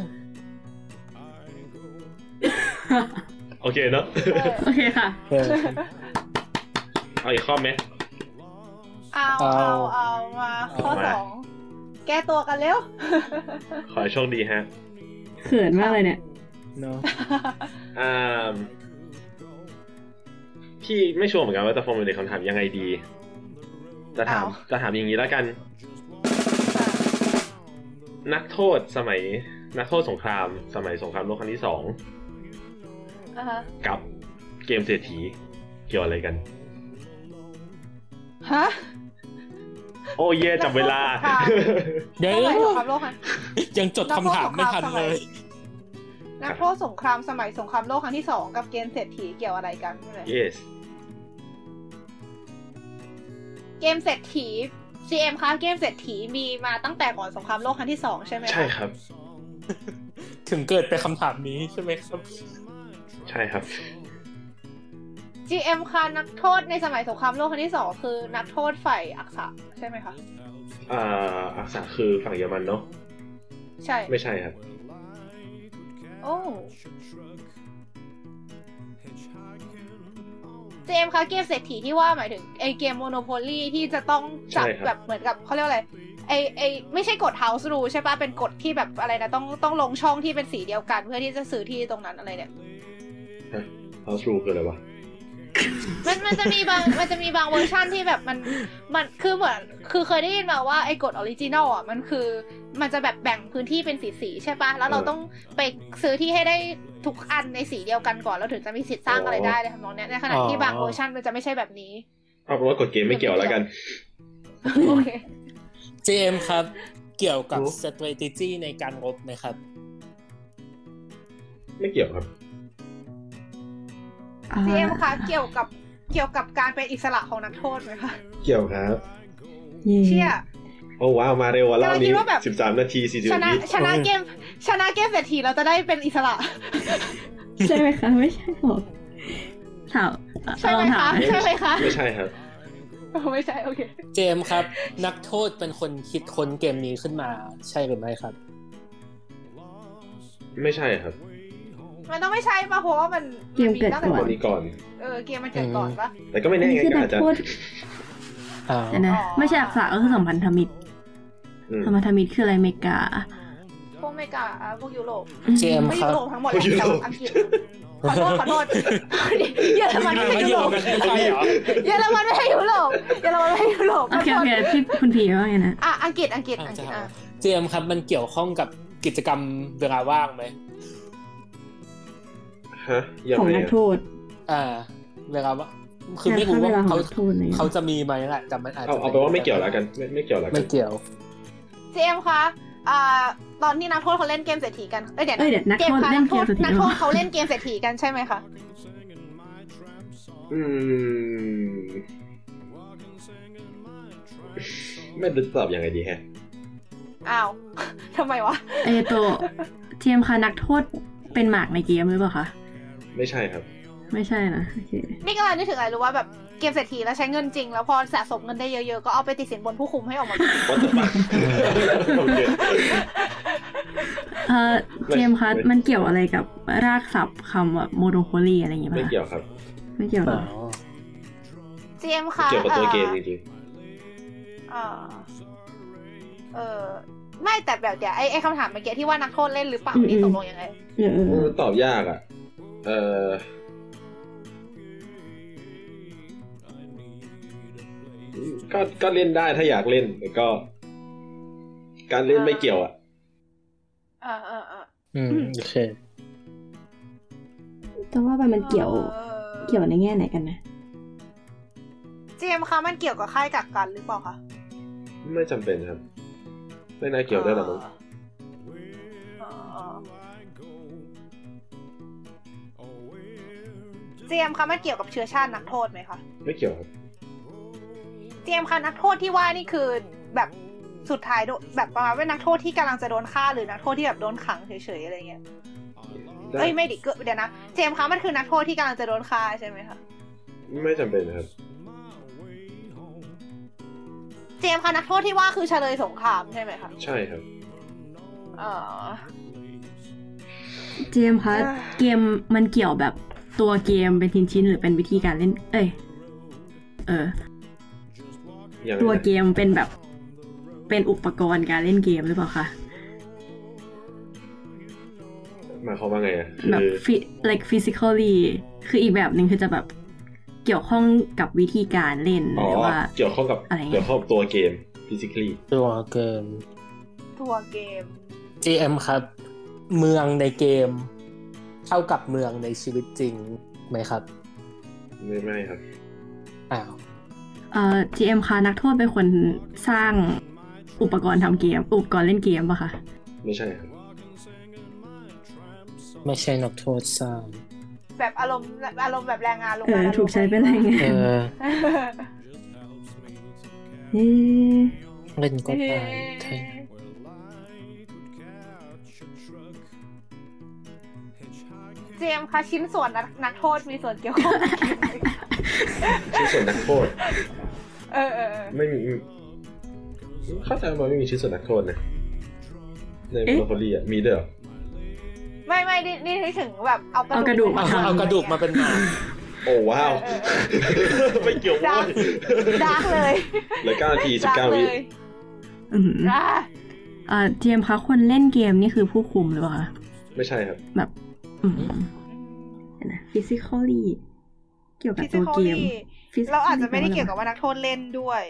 โอเคเนาะ โอเคค่ะ เออ เอาอีกข้อไหม เอา เอา เอาเอามาข้อ เอามา สองแก้ตัวกันเร็ว [LAUGHS] ขอให้โชคดีฮะ เขินมากเลยเนี่ย เนอะ อ่ามพี่ไม่ชัวร์เหมือนกันว่าจะฟอร์มูลเลทคำถามยังไงดี จะถาม อ้าว จะถามอย่างนี้แล้วกัน นักโทษสมัย นักโทษสงคราม สมัยสงครามโลกครั้งที่สอง อ่ะฮะ กับเกมเศรษฐีเกี่ยวอะไรกัน ฮะ โอ้เย่จับเว [LAUGHS] ลา นักโทษสงคราม เดี๋ยว เท่าไหร่สงครามโลกครั้ง ยังจดคำถามไม่ทันเลย นักโทษสงครามสมัยสงครามโลกครั้งที่สองกับเกมเศรษฐีเกี่ยวอะไรกันใช่ไหม yes เกมเศรษฐี CM คะเกมเศรษฐีมีมาตั้งแต่ก่อนสงครามโลกครั้งที่สองใช่ไหมคะ ใช่ครับ ถึงเกิดไปนคำถามนี้ใช่ไหมครับ ใช่ครับ GM ค่ะนักโทษในสมัยสงครามโลกครั้งที่สองคือนักโทษฝ่ายอักษะใช่ไหมคะ อ่าอักษะคือฝั่งเยอรมันเนาะ ใช่ ไม่ใช่ครับ โอ้ GM ค่ะเกมเศรษฐีที่ว่าหมายถึงไอเกมโมโนโพลีที่จะต้องจับ ใช่ครับ แบบเหมือนกับเขาเรียกว่าอะไรไอไอไม่ใช่กฎ House Rule ใช่ปะเป็นกฎที่แบบอะไรนะต้องต้องลงช่องที่เป็นสีเดียวกันเพื่อที่จะซื้อที่ตรงนั้นอะไรเนี่ย เอาสูคืออะไรวะ มันมันจะมีบาง มันจะมีบางเวอร์ชั่นที่แบบมันมันคือเหมือนคือเคยได้ยินมาว่าไอ้กฎออริจินอลอ่ะมันคือมันจะแบบแบ่งพื้นที่เป็นสีสีๆใช่ปะแล้วเรา เออ ต้องไปซื้อที่ให้ได้ทุกอันในสีเดียวกันก่อนแล้วถึงจะมีสิทธิ์สร้างอะไรได้เลยทำนองเนี้ยในขณะที่ อ๋อ บางเวอร์ชันมันจะไม่ใช่แบบนี้ เอาเป็นว่ากดเกมไม่เกี่ยวแล้วกัน โอเค [LAUGHS] JM ครับ เกี่ยวกับ รู้ strategy ในการรบไหมครับ ไม่เกี่ยวครับ อ่า ซีเอ็มคะเกี่ยวกับเกี่ยวกับการเป็นอิสระของนักโทษไหมคะ เกี่ยวครับ เชี่ย โอ้ว้าวมาเร็วว่ะเล่า แต่เราคิ นี้ ดว่าแบบ สิบสามนาทีสี่สิบ ชนะ วิ ชนะเกมชนะเกมเศรษฐีเราจะได้เป็นอิสระ ใช่ไหมคะ ไม่ใช่หรอกถาม ใช่ไหม ถา คะ ม ใช่ไหมคะ ไม่ใช่ครับ ไม่ใช่โอเค JM ครับ นักโทษเป็นคนคิดค้นเกมนี้ขึ้นมาใช่หรือไม่ครับ ไม่ใช่ครับ มันต้องไม่ใช่ปะเพราะว่ามัน เกมเกิดก่อ คนนี้ก่อน เออเกมมันเกิดก่อนปะ แต่ก็ไม่แน่ นี่ ไง คือ ก็ นัก อาจจะ โทษ อ่า เดี๋ยวนะ ไม่ใช่อักษะก็คือสัมพันธมิตร อืม สัมพันธมิตรคืออะไรอเมริกา พวกอเมริกาอ่ะพวกยุโรป เจม ไม่ ค ยุ รับ โรปทั้งหมด พวกยุโรป แต่ว่าอังกฤษขอโทษขอโทษเยอรมันไม่ใช่ยุโรป ไม่ใช่เหรอ เยอรมันไม่ใช่ยุโรปเยอรมันไม่ใช่ยุโรปขโออ เค โท โอ ษ เคที่คุณพีว่าไงนะ อ่ะอังกฤษอังกฤษอังกฤษ อ่ะ อ่ะ เจมส์ครับมันเกี่ยวข้องกับกิจกรรมเวลาว่างไหม ฮะยัง ของ ไง นัก อะ โทษ อ่า เวลาว่าคือไม่รู้ว่า การฆ่ เขา วลของนักโทษอะไรอย่างเงี้ย เขาจะมีไหมแหละแต่มันอาจ เอา จะ เอาไปนว่าไม่เกี่ยวแล้วกันไม่ไม่เกี่ยวแล้วกั ไม่ น เกี่ยว เจมส์คะอ่าตอนที่นักโทษเขาเล่นเกมเศรษฐีกันเอ้ยเดี๋ยว เอ้ นะ ยเดี๋ยวนัก เก โท ม ษ คะ เล่ นักนเก โท ม ษ สุด นัก ย โท อ ษ ด เขาเล่นเกมเศรษฐีกันใช่ไหมคะ อืมไม่รู้จะตอบยังไงดีแฮะ อ้าว [LAUGHS] ทำไมวะ เอยโตเทียมค่ะนักโทษเป็นหมากในเกมหรือเปล่าคะ ไม่ใช่ครับ ไม่ใช่นะโอเค นี่ก็เลยนึกถึงอะไรรู้ว่าแบบเกมเศรษฐีแล้วใช้เงินจริง แล้วพอสะสมเงินได้เยอะๆก็เอาไปติดสินบนผู้คุมให้ออกมา What the fuck [LAUGHS] โอเค เออเทียมค่ะ ไม่ มันเกี่ยวอะไรกับรากศัพท์คำว่าโมโนโพลีอะไรอย่างเงี้ย ไม่ ป่ะ เกี่ยวครับ ไม่เกี่ยวหรอ เจมส์คะ เกี่ยวกับตัวเกม อ่อ จริง เอ่อเออไม่แต่แบบเดี๋ยวไอ้ไอ้คำถามเมื่อกี้ที่ว่านักโทษเล่นหรือเปล่านี่ตกลงยังไง เออเอ ๆ อ มันตอบยากอ่ะ เออก็ก็เล่นได้ถ้าอยากเล่นแต่ก็ การเล่นไม่เกี่ยวอ่ะ เออเออเออ อืมโอเค แต่ว่ามันเกี่ยว อ่อ เกี่ยวในแง่ไหนกันนะ เจมส์คะมันเกี่ยวกับค่ายกักกันหรือเปล่าคะ ไม่จำเป็นครับ ไม่น่าเกี่ยวด้วยหรอกมั้ง เออเออเจมส์คะมันเกี่ยวกับเชื้อชาตินักโทษไหมคะ ไม่เกี่ยวครับ เจมส์คะนักโทษที่ว่านี่คือแบบสุดท้ายโดนแบบประมาณว่านักโทษที่กำลังจะโดนฆ่าหรือนักโทษที่แบบโดนขังเฉยๆอะไรเงี้ย ได้ เอ้ยไม่ดิเกิดเดี๋ยวนะเจมส์คะมันคือนักโทษที่กำลังจะโดนฆ่าใช่ไหมคะ ไม่จำเป็นครับ เจมส์คะนักโทษที่ว่าคือเฉลยสงครามใช่ไหมคะ ใช่ครับ เออ เจมส์คะ เอ้ย เกมมันเกี่ยวแบบตัวเกมเป็นชิ้นชิ้นๆหรือเป็นวิธีการเล่น เอ้ยเออ ยังไง ตัว นะ เกมเป็นแบบเป็นอุปกรณ์การเล่นเกมหรือเปล่าคะ หมายความว่าไงอ่ะ แบบ คือ fi- like physically คืออีกแบบหนึ่งคือจะแบบเกี่ยวข้องกับวิธีการเล่น อ๋อ หรือว่า เกี่ยวข้องกับ อะไรเงี้ย เกี่ยวข้องกับตัวเกม physically ตัวเกิน ตัวเกม JM ครับ เมืองในเกม เท่ากับเมืองในชีวิตจริงไหมครับ ไม่ไม่ครับ อ้าว เอ่อ GM คะนักโทษเป็นคนสร้างอุปกรณ์ทำเกม อุปกรณ์เล่นเกมป่ะคะ ไม่ใช่ครับ ไม่ใช่นักโทษสร้าง แบบอารมณ์อารมณ์แบบแรงงานลง เออถูกใช้เป็นแรง [LAUGHS] งา เอน อ เอ๊ะ เล่นก็ เอ๊ ตายใช่ ะเจมส์คะชิ้นส่วนนักนักโทษมีส่วนเกี่ยวข้องกับเกมไหมคะ ชิ้นส่วนนักโทษ เออเออเออ ไม่มีเข้าใจว่าไม่มีชิ้นส่วนนักโทษนะใน เอ๊ะ โมโคลีอ่ะมีด้วยเหรอ ไม่ไม่นี่นี่ถึงแบบเอา เอากระดูก เอาเอากระดูกมาเป็นหมา โอ้ว้าว เออเออ ไม่เกี่ยว ดั โว้ ง ย ดาร์กเลย เหลือเก้านาทีสิบ ดา เก้า ร์ก วิ เลย อืม อ่า เอ่อเจมส์คะคนเล่นเกมนี่คือผู้คุมหรือเปล่าคะ ไม่ใช่ครับ แบบ อืมเดี๋ยวนะ physically เกี่ยวกับ พิซิ ตัว คอ เกม ลี่ physically เราอาจจะไม่ได้เกี่ยวกับว่านักโทษเล่นด้วย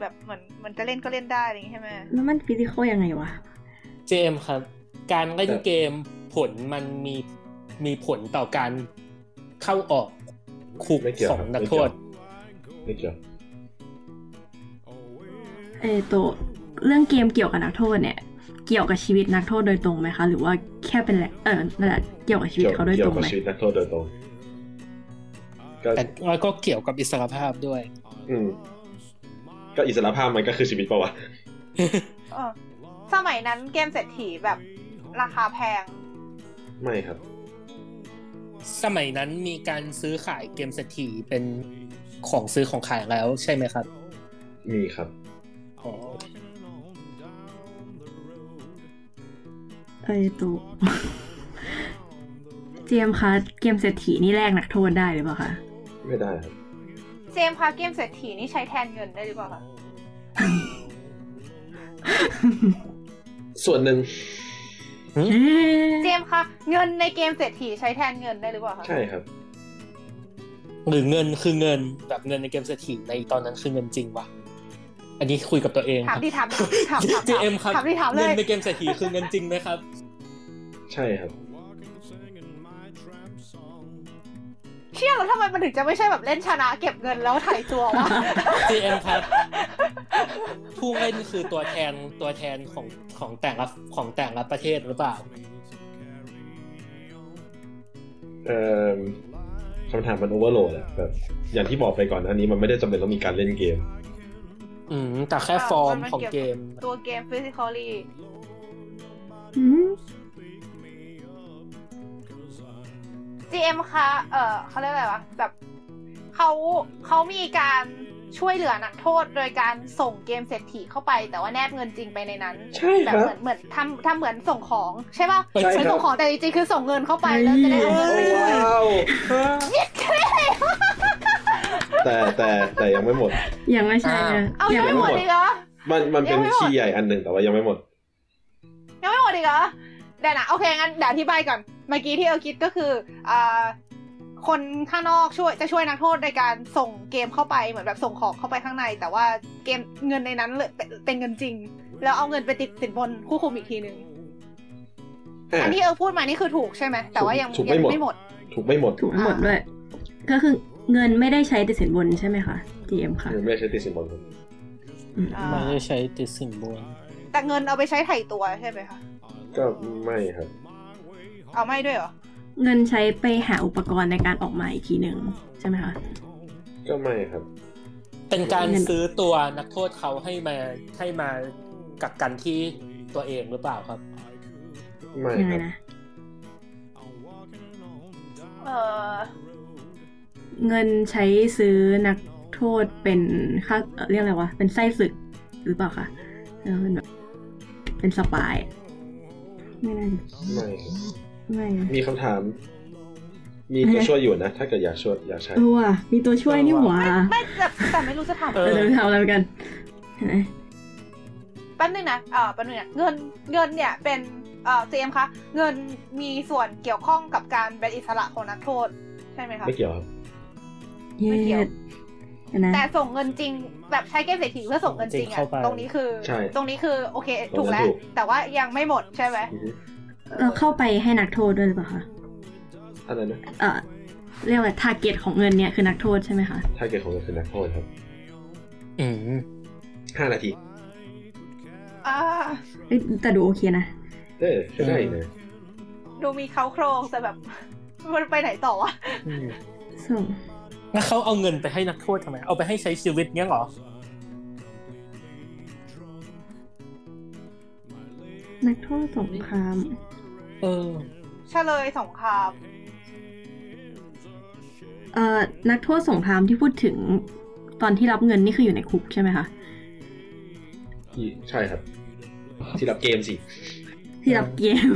แบบเหมือนมันจะเล่นก็เล่นได้อะไรอย่างงี้ใช่ไหม แล้วมัน physical ยังไงวะ เจมส์ครับ การเล่นเกมผลมันมีมีผลต่อการเข้าออกคุก ไม่เกี่ยว ของ ครับ นักโทษ ไม่เกี่ยว เออโตเรื่องเกมเกี่ยวกับนักโทษเนี่ย เกี่ยวกับชีวิตนักโทษโดยตรงไหมคะ หรือว่าแค่เป็นแหละเออนั่นแหละเกี่ยวกับชีวิต เกี่ยว เขาโดย เกี่ ต ย ร ว ง กับ ไหม ชีวิตนักโทษโดยตรงก็ แต่แล้วก็เกี่ยวกับอิสรภาพด้วย อืมก็อิสรภาพมันก็คือชีวิตปะวะ เออสมัยนั้นเกมเศรษฐีแบบราคาแพง ไม่ครับ สมัยนั้นมีการซื้อขายเกมเศรษฐีเป็นของซื้อของขายแล้วใช่ไหมครับ มีครับ อ๋อ เออโต เจมส์คะเกมเศรษฐีนี่แลกนักโทษได้หรือเปล่าคะ ไม่ได้ครับ เจมส์คะเกมเศรษฐีนี่ใช้แทนเงินได้หรือเปล่าคะ ส่วนหนึ่ง เอ๊ะ เจมส์คะเงินในเกมเศรษฐีใช้แทนเงินได้หรือเปล่าคะ ใช่ครับ หรือเงินคือเงินแบบเงินในเกมเศรษฐีในตอนนั้นคือเงินจริงวะอันนี้คุยกับตัวเองค ถา รั ม บ ดิถามดิถามถาม เจเอ็มครับ ถามดิถามเล เงิน ย ในเกมเศรษฐีคือเงินจริงไหมครับ ใช่ครับ เชี่ยแล้วทำไมมันถึงจะไม่ใช่แบบเล่นชนะเก็บเงินแล้วถ่ายตัววะ จเอ็มครับ [LAUGHS] ผู้เล่นคือตัวแทนตัวแทนของของแต่ละของแต่ละประเทศหรือเปล่า เอ่อคำถามมันโอเวอร์โหลดอะแบบ อย่างที่บอกไปก่อนอันนี้มันไม่ได้จำเป็นต้องมีการเล่นเกม อืมแต่แค่ฟอร์มของเกม ตัวเกม physically อืม GM คะ เออเขาเรียกอะไรวะ แบบเขาเขามีการช่วยเหลือนักโทษ โดยการส่งเกมเศรษฐีเข้าไป แต่ว่าแนบเงินจริงไปในนั้น ใช่ แบ ค บ รับ เหมือนเหมือนทำทำเหมือนส่งของใช่ป่ะ ใช่ครับ เหมือนส่งของแต่จริงๆคือส่งเงินเข้าไปแล้วจะได้เอาเงินไปด้วย แต่แต่แต่ยังไม่หมด ยังไม่ใช่นะ เอายังไม่หมดอีกเหรอ มันมันเป็น ยังไม่หมด คีย์ใหญ่อันหนึ่งแต่ว่ายังไม่หมด ยังไม่หมดอีกเหรอเดี๋ยวนะโอเคงั้นเดี๋ยวอธิบายก่อน เมื่อกี้ที่เอลคิดก็คืออ่าคนข้างนอกช่วยจะช่วยนักโทษในการส่งเกมเข้าไปเหมือนแบบส่งของเข้าไปข้างใน แต่ว่าเกมเงินในนั้นเลยเป็นเป็นเงินจริง แล้วเอาเงินไปติดสินบนคู่คุมอีกทีหนึ่งอันที่เอลพูดมานี่คือถูกใช่ไหมแต่ว่ายัง ถูก ยั ไม่หมด ไม่หมด ถูกไม่หมด ถูกหมดด้วย ก็คือเงินไม่ได้ใช้ติดสินบนใช่ไหมคะเจมส์ค่ะ ยังไม่ได้ใช้ติดสินบนครับ อืม อ่า ไม่ได้ใช้ติดสินบน แต่เงินเอาไปใช้ไถ่ตัวใช่ไหมคะ ก็ไม่ครับ เอาไม่ด้วยเหรอ เงินใช้ไปหาอุปกรณ์ในการออกหมายอีกทีหนึ่งใช่ไหมคะ ก็ไม่ครับ เป็นการซื้อตัวนักโทษเขาให้มาให้มากักกันที่ตัวเองหรือเปล่าครับ ไม่ ยัง ค ไง รับ นะ เออ เงินใช้ซื้อนักโทษเป็นค่าเอ่อเรียกอะไรวะ เป็นไส้ศึกหรือเปล่าคะเออเป็นแบบเป็นสปาย ไม่น่าจะ ไม่ครับ ไม่ มีคำถาม มีตัวช่วยอยู่นะ ถ้าเกิดอยากช่วยอยากใช้ เออว่ะมีตัวช่วยนี่หว่า ไม่แต่แต่ไม่รู้จะถาม เอ เอ อ อเราจะทำอะไรกันเห็นไหม แป๊บนึงนะเอ่อแป๊บนึงนะเงิน เงินเนี่ย เป็น เอ่อเจมส์คะ เงินมีส่วนเกี่ยวข้องกับการเป็นอิสระของนักโทษ ใช่ไหมคะ ไม่เกี่ยวครับ เย็ ไม่เกี่ยว ดเห็นนะ แต่ส่งเงินจริง แบบใช้เกมเศรษฐีเพื่อส่งเงินจริง เข้า อะ ไป ตรงนี้คือ ใช่ ตรงนี้คือ โอเค ตร ถู ง ก นั้น แล้ว ถูก แต่ว่ายังไม่หมดใช่ไหม อือฮึ เราเข้าไปให้นักโทษด้วยหรือเปล่าคะ อะไรนะ เออเรียกว่าทาร์เก็ตของเงินเนี่ยคือนักโทษใช่ไหมคะ ถ้าเกิดของเราคือนักโทษครับ อืม ห้านาที อ่า เอ้ยแต่ดูโอเคนะ เออใช่ได้นะ ดูมีเขาโครงแต่แบบ [LAUGHS] มันไปไหนต่อวะ อืม ส่ง แล้วเขาเอาเงินไปให้นักโทษทำไม เอาไปให้ใช้ชีวิตเนี้ยเหรอ นักโทษสงคราม เออ เฉลยสงคราม เอ่อนักโทษสงครามที่พูดถึงตอนที่รับเงินนี่คืออยู่ในคุกใช่ไหมคะ ที่ใช่ครับ ที่รับเกมสิ ที่รับเกม [LAUGHS]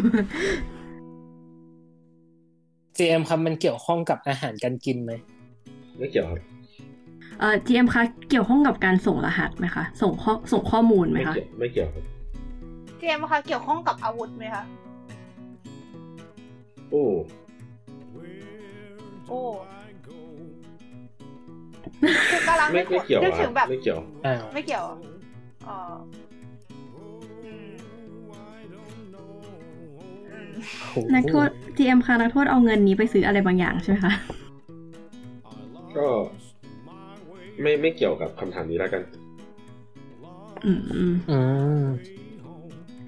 GM ครับมันเกี่ยวข้องกับอาหารการกินไหม ไม่เกี่ยวครับ เอ่อ GM คะเกี่ยวข้องกับการส่งรหัสไหมคะ ส่งข้อส่งข้อมูลไหม ไม่ คะ เกี่ยวไม่เกี่ยวครับ เจมส์คะเกี่ยวข้องกับอาวุธไหมคะ โอ้ โอ้คือกำลัง ไม่ นึก ไม่เกี่ยว นึ อะ กถึงแบบ ไม่เกี่ยว อ้าว ไม่เกี่ยวอ๋ออืมอืม โอ้โห นักโทษ GM คะนักโทษเอาเงินนี้ไปซื้ออะไรบางอย่างใช่ไหมคะ ก็ไม่ไม่เกี่ยวกับคำถามนี้แล้วกัน อืมอืม อืม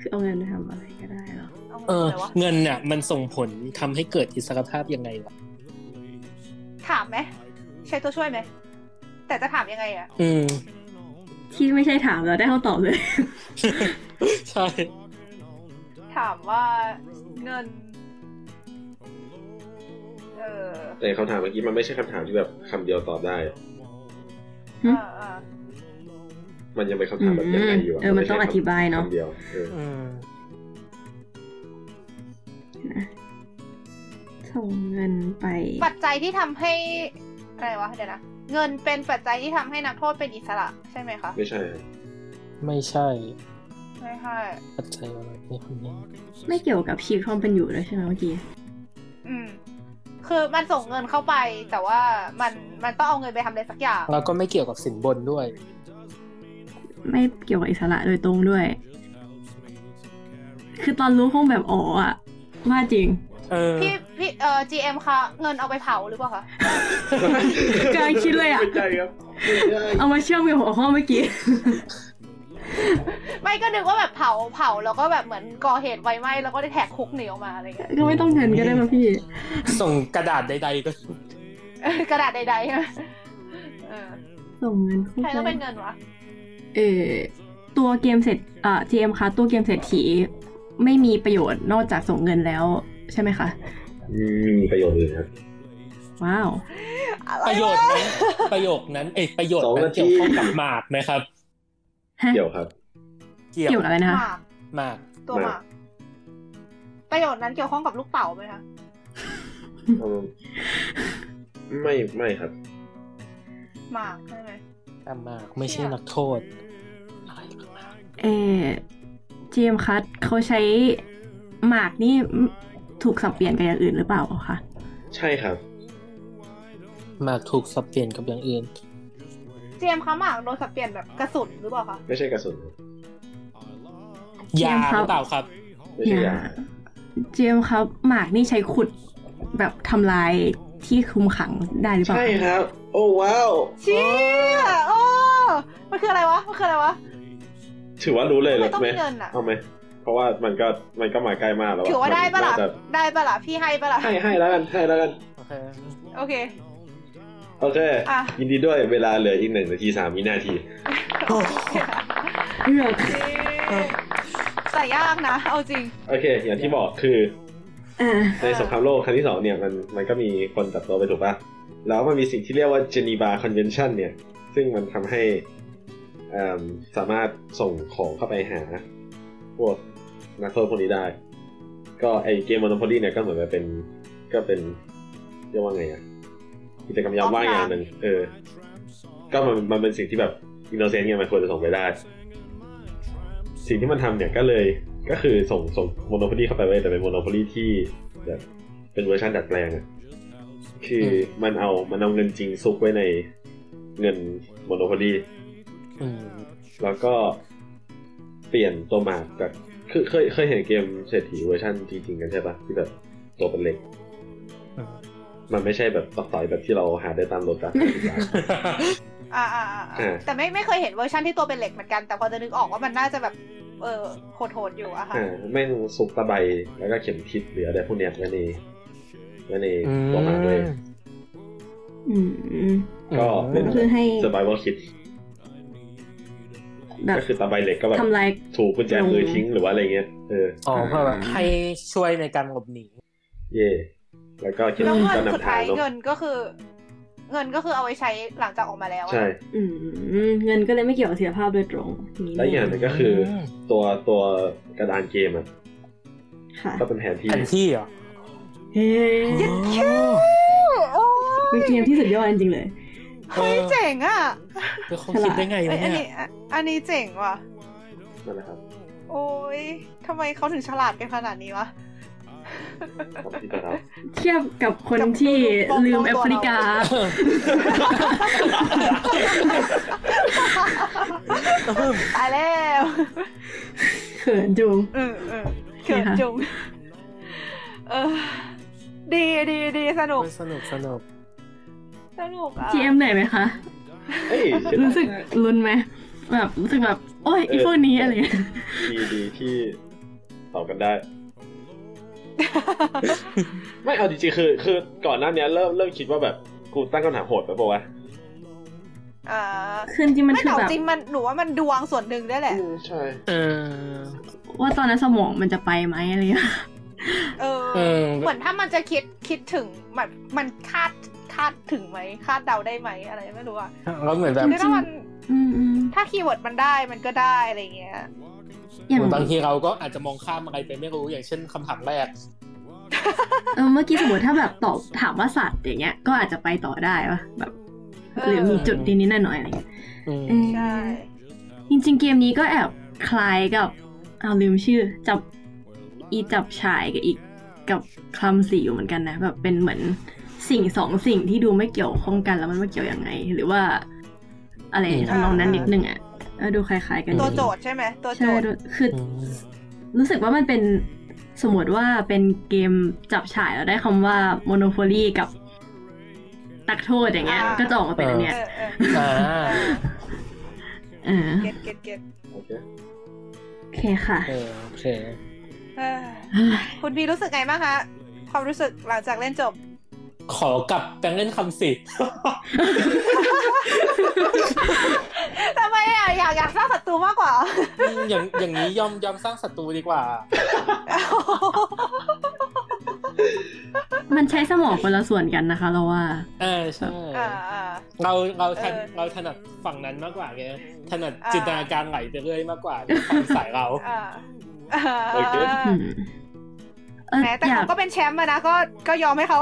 คือเอาเงินไปทำอะไรก็ได้เหรอ เอา เออ ไงวะ เงินน่ะ มันส่งผลทำให้เกิดอิสรภาพยังไงวะ ถามไหมใช้ตัวช่วยไหม แต่จะถามยังไงอะ อืม [LAUGHS] ที่ไม่ใช่ถามแล้วได้คำตอบเลย [LAUGHS] ใช่ ถามว่าเงิน เออ แต่คำถามเมื่อกี้มันไม่ใช่คำถามที่แบบคำเดียวตอบได้ หึ อ่าอ่า มันยังเป็นคำถามแบบยังไงอยู่ะ เออมันต้อง ไใช่ อธิบายเนอะ คำเดียวเออ อืม ส่งเงินไป ปัจจัยที่ทำให้อะไรวะเดี๋ยวนะเงินเป็นปัจจัยที่ทำให้นักโทษเป็นอิสระใช่ไหมคะ ไม่ใช่ครับ ไม่ใช่ ไม่ใช่ ปัจจัยอะไรไม่คนนี้ ไม่เกี่ยวกับชีวิตความเป็นอยู่เลยใช่ไหมเมื่อกี้ อืม คือมันส่งเงินเข้าไป แต่ว่ามันมันต้องเอาเงินไปทำอะไรสักอย่าง แล้วก็ไม่เกี่ยวกับสินบนด้วย ไม่เกี่ยวกับอิสระโดยตรงด้วย คือตอนรู้คงแบบอ๋ออะว่าจริง [LAUGHS] เออ พี่พี่เอ่อ GM คะเงินเอาไปเผาหรือเปล่าคะ กำลังคิดเลยอะ ไม่ใช่ครับไม่ใช่ เอามาเชื่อมกับหัวข้อเมื่อกี้ [LAUGHS] ไม่ก็นึกว่าแบบเผาเผาแล้วก็แบบเหมือนก่อเหตุไฟไหม้แล้วก็ได้แหกคุกหนีออกมาอะไรอย่างเงี้ย ก็ไม่ต้องเงินก็ได้มาพี่ ส่งกระดาษใด ๆ ก็ เออกระดาษใดๆใช่ไหมเออ ส่งเงินเข้า ใครต้อง ไป เป็นเงินวะ เออตัวเกมเสร็จอ่ะ GM คะตัวเกมเศรษฐีไม่มีประโยชน์นอกจากส่งเงินแล้วใช่ไหมคะ มีประโยชน์อื่นครับ ว้าว อะไร ประโยว ชน์นั้นประโยคนั้นเอ้ยประโยชน์นั้นเกี่ยวข้องกับหมากไหมครับ ฮะ เกี่ยวครับ เกี่ยว เกี่ยวกับอะไรนะ ห คะ มาก หมาก ตัวหมากประโยชน์นั้นเกี่ยวข้องกับลูกเต๋าไหมคะ เอาไม่ไม่ครับ หมากใช่ไหม แต่หมากไม่ใช่นักโทษอะไรกับหมาก เออ GM คะเขาใช้หมากนี่ถูกสับเปลี่ยนกับอย่างอื่นหรือเปล่าคะ ใช่ครับ หมากถูกสับเปลี่ยนกับอย่างอื่น เจมส์คะหมากโดนสับเปลี่ยนแบบกระสุนหรือเปล่าคะ ไม่ใช่กระสุนครับ ยาหรือเปล่าครับ ไม่ใช่ยา เจมครับหมากนี่ใช้ขุดแบบทำลายที่คุมขังได้หรือเปล่า ใช่ครับ โอ้ว้าว เชี่ยโอ้มันคืออะไรวะมันคืออะไรวะ ถือว่ารู้เลย ทำไมหรือ ต้อง ไหม มีเงินอ่ะ เอาไหม เพราะว่ามันก็มันก็มาใกล้มากแล้วอะ ถือว่าได้ปะล่ะ มันน่จ ได้ปะล่ะพี่ให้ปะล่ะ ให้ให้แล้วกันให้แล้วกัน โอเค โอเค โอเค อ่ะ ยินดีด้วยเวลาเหลืออีกหนึ่งนาทีสามวินาที โอ้ เลือก แต่ยากนะ เอาจริง โอเค อย่างที่บอกคือ อ่า ในสงครามโลกครั้งที่สองเนี่ยมันมันก็มีคนตัดตัวไปถูกป่ะ แล้วมันมีสิ่งที่เรียกว่าเจนีวาคอนเวนชันเนี่ย ซึ่งมันทำให้เอิ่มสามารถส่งของเข้าไปหา พวกนักโทษพวกนี้ได้ ก็ไอเกมมอนโพลีเนี่ยก็เหมือนแบบเป็นก็เป็นเรียกว่าไงอะกิจกรรมยามว่างอย่างหนึ่งเออ ก็มันมันเป็นสิ่งที่แบบอินโนเซนต์ไงมันควรจะส่งไปได้ สิ่งที่มันทำเนี่ยก็เลยก็คือส่งส่งโมโนโพลีเข้าไปเว้ยแต่เป็นโมโนโพลีที่แบบเป็นเวอร์ชันดัดแปลงอะคือมันเอามันเอาเงินจริงซุกไว้ในเงินโมโนโพลี อืม แล้วก็เปลี่ยนตัวหมากจากคือเคยเคยเห็นเกมเศรษฐีเวอร์ชันจริงๆกันใช่ปะที่แบบตัวเป็นเหล็ก อืม มันไม่ใช่แบบตอกต่อยแบบที่เราหาได้ตามโลตัส อ่าอ่าอ่า เออ แต่ไม่ไม่เคยเห็นเวอร์ชันที่ตัวเป็นเหล็กเหมือนกัน แต่พอจะนึกออกว่ามันน่าจะแบบ เออโหดๆอยู่อะค่ะ อ่าแม่งซุกตะไบแล้วก็เข็มทิศหรืออะไรพวกเนี้ยไว้ในไว้ในตัวหมากเลย อืม ก็เป็น คือให้ survival kit แบบ ก็คือตะไบเหล็กก็แบบ ทำลาย ถูกกุญแจมือทิ้งหรือว่าอะไรเงี้ยเออ อ๋อเพื่อแบบให้ช่วยในการหลบหนี เย่แล้วก็เข็ม แล้ว ทิศ เงินสุก็ด นำทา ท้าง ย เนาะ เงินก็คือ เงินก็คือเอาไว้ใช้หลังจากออกมาแล้วอะ ใช่ อืมเงินก็เลยไม่เกี่ยวกับเสียภาพโดยตรงนี้ และอีกอย่างหนึ่งก็คือตัวตัวกระดานเกมอ่ะ ค่ะ ก็เป็นแผนที่ แผนที่เหรอ เฮ้ย อ๋อ โอ้ เป็นเกมที่สุดยอดจริงๆเลย เฮ้ยเจ๋งอ่ะ เป็นคนคิดได้ไงวะ เฮ้ยอัน เนี่ นี้ ย อันนี้เจ๋งว่ะ นั่นแหละครับ โอ้ยทำไมเขาถึงฉลาดกันขนาดนี้วะ ขอบคุณครับ เทียบกับคนที่ลืมแอฟริกา ตายแล้ว เขินจุง เออเออเขินจุงเออดีดีดีสนุก สนุกสนุก สนุกอ่ะ GM ไหนอยไหมคะ เอ้ยเสียดาย รู้สึกลุ้นไหมแบบรู้สึกแบบ โอ้ยอีพวกนี้อะไรเงี้ย ดีดีที่ตอบกันได้ [LAUGHS] ไม่เอาจริงๆคือ คือก่อนหน้าเนี้ยเริ่มเริ่มคิดว่าแบบกูตั้งคำถามโหดไปปะวะ อ่า คือจริงๆมัน ไม่ คือ แต่ แบบ จริงมันหนูว่ามันดวงส่วนหนึ่งได้วยแหละ อืมใช่ เออ ว่าตอนนั้นสมองมันจะไปไหมอะไรเงี้ย เออเออ เหมือนถ้ามันจะคิดคิดถึงมันมันคาดคาดถึงไหมคาดเดาได้ไหมอะไรไม่รู้อ่ะ แล้วเหมือนแบบ คือถ้ามัน อืม ถ้าคีย์เวิร์ดมันได้มันก็ได้อะไรเงี้ย ๆอย่าง เหมือนบางทีเราก็อาจจะมองข้ามอะไรไปไม่รู้อย่างเช่นคำถามแรก เออเมื่อกี้สมมติถ้าแบบตอบถามว่าสัตว์อย่างเงี้ย ก็อาจจะไปต่อได้ป่ะแบบหรือมีจุดนิดๆหน่อยๆอะไรเงี้ย อืม เออ ใช่ จริง ๆ เกมนี้ก็แอบคล้ายกับเอาวลืมชื่อ จับอีจับชายกับอีกกับคลำสีอยู่เหมือนกันนะแบบเป็นเหมือนสิ่งสองสิ่งที่ดูไม่เกี่ยวข้องกันแล้วมันไม่เกี่ยวยังไง หรือว่า อะไร อืม ทำนองนั้นนิดนึงอ่ะเออดูคล้าย ๆ กัน ตัวโจทย์ใช่ไหมตัวโจ ใช่ ทย์ ดูคือ อืม รู้สึกว่ามันเป็นสมมติว่าเป็นเกมจับฉายแล้วได้คำว่า Monopoly กับตักโทษอย่างเงี้ย อ่า ก็จะออกมาเป็นอันเนี้ย เออเออ อ่า เออ เก็ตเก็ตเก็ต โอเค โอเคค่ะ เออโอเค เออคุณพีรู้สึกไงบ้างคะความรู้สึกหลังจากเล่นจบ ขอกลับแปลงเล่นคำสิ ทำไมอ่ะอยากอยากสร้างศัตรูมากก [LAUGHS] ว่า [LAUGHS] อย่างอย่างนี้ยอมยอมสร้างศัตรูดีกว่า มันใช้สมองคนละส่วนกันนะคะ เราว่า เออใช่ อ่าอ่า เราเราถน เออ เราถนัดฝั่งนั้นมากกว่าไงถนัด อ่า จินตนาการไหลไปเรื่อยมากกว่าฝั่งสายเรา อ่าอ่า โอเค อืมเออ แหมแต่ อยา เขา ก ก็เป็นแชมป์อะนะก็ก็ยอมให้เขา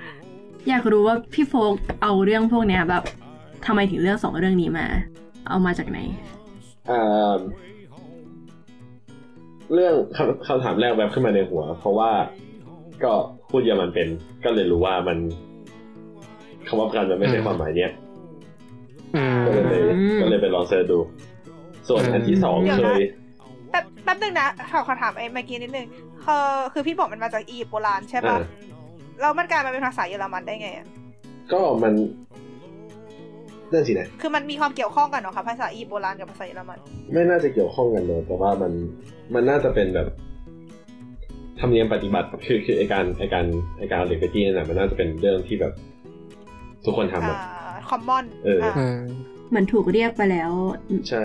[LAUGHS] อยากรู้ว่าพี่โฟกเอาเรื่องพวกเนี้ยแบบทำไมถึงเลือกสองเรื่องนี้มา เอามาจากไหน อ่าเรื่องคำคำถามแรกแวบขึ้นมาในหัว เพราะว่าก็พูดเยอรมันเป็น ก็เลยรู้ว่ามันคำว่าประกันมันไม่ใช่ อืม ความหมายเนี้ย อืม ก็เลย อืม ก็เลยไปลองเสิร์ชดู ส่วนอันที่สอง เดี๋ยว เค นะ ย แป๊บแป๊บนึงนะขอขอถามไอ้เมื่อกี้นิดนึงเออคือพี่บอกมันมาจากอียิปต์โบราณใช่ปะ อ่า แล้วมันกลายมาเป็นภาษาเยอรมันได้ไงอะ ก็มันนั่นสินะ คือมันมีความเกี่ยวข้องกันเหรอคะภาษาอียิปต์โบราณกับภาษาเยอรมัน ไม่น่าจะเกี่ยวข้องกันเลยแต่ว่ามันมันน่าจะเป็นแบบธรรมเนียมปฏิบัติคือคือไอการไอการไอการเอาเด็กไปที่นั่นน่ะมันน่าจะเป็นเรื่องที่แบบ ทุกคนทำ อ่า อ่ะ คอมมอน เอออ่ า เหมือนถูกเรียกไปแล้ว ใช่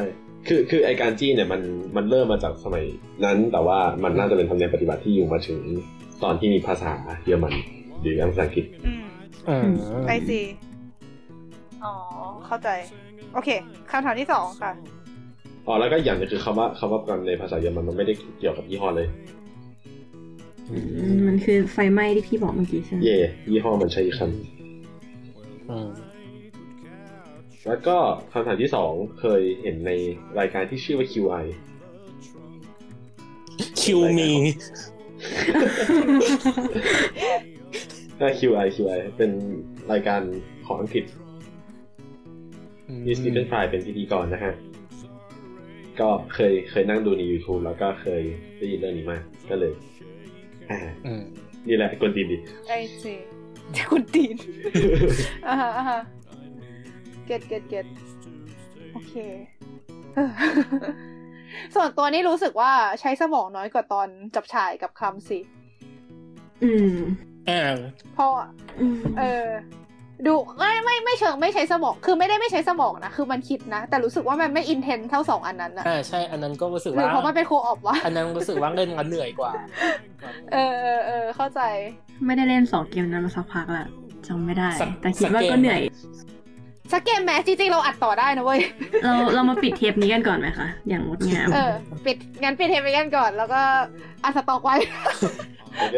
คือคือไอการจี้เนี่ยมันมันเริ่มมาจากสมัยนั้น แต่ว่ามันน่าจะเป็นธรรมเนียมปฏิบัติที่อยู่มาถึงตอนที่มีภาษาเยอรมันหรือภาษาอังกฤษ อืม เออ ไอซีอ๋อเข้าใจ โอเคคำถามที่สองค่ะ อ๋อแล้วก็อีกอย่างหนึงคือคำว่าคำว่ากันในภาษาเยอรมันมันไม่ได้เกี่ยวกับยี่ห้อเลย มันคือไฟไหม้ที่พี่บอกเมื่อกี้ใช่ไหม เย่ยี่ห้อมันใช้อีกคำ อืม แล้วก็คำถามที่สองเคยเห็นในรายการที่ชื่อว่า QI คิวมี ถ้า QI QI เป็นรายการของอังกฤษมีสตีเฟนฟรายเป็นพิธีกรนะฮะ ก็เคยเคยนั่งดูใน YouTube แล้วก็เคยได้ยินเรื่องนี้มา ก็เลยอ่า อืม นี่แหละกวนตีนดี ไอซีคุณตีน อ่าฮะอ่าฮะเก็ตเก็ตเก็ตโอเคเออ [LAUGHS] ส่วนตัวนี่รู้สึกว่าใช้สมองน้อยกว่าตอนจับฉายกับคำสิ อืม อ่า เพราะ อืม เออ ดูไม่ไม่ไม่เชิงไม่ใช้สมอง คือไม่ได้ไม่ใช้สมองนะ คือมันคิดนะ แต่รู้สึกว่ามันไม่อินเทนเท่าสองอันนั้นนะ อ่าใช่ อันนั้นก็รู้สึก หรือ ว่า เพราะมันเป็นโคออบวะ อันนั้นรู้สึกว่าเล่นกันเหนื่อยกว่า เออเออเออเข้าใจ ไม่ได้เล่นสองเกมนั้นมาสักพักละ จำไม่ได้ สัก แต่คิดว่า สักเกม ก็เหนื่อย สักเกมแม้จริงๆเราอัดต่อได้นะเว้ย เราเรามาปิดเทปนี้กันก่อนไหมคะ อย่างงดงาม เออ ปิดงั้นปิดเทปไปกันก่อน แล้วก็อัดสต็อกไว้ โอเค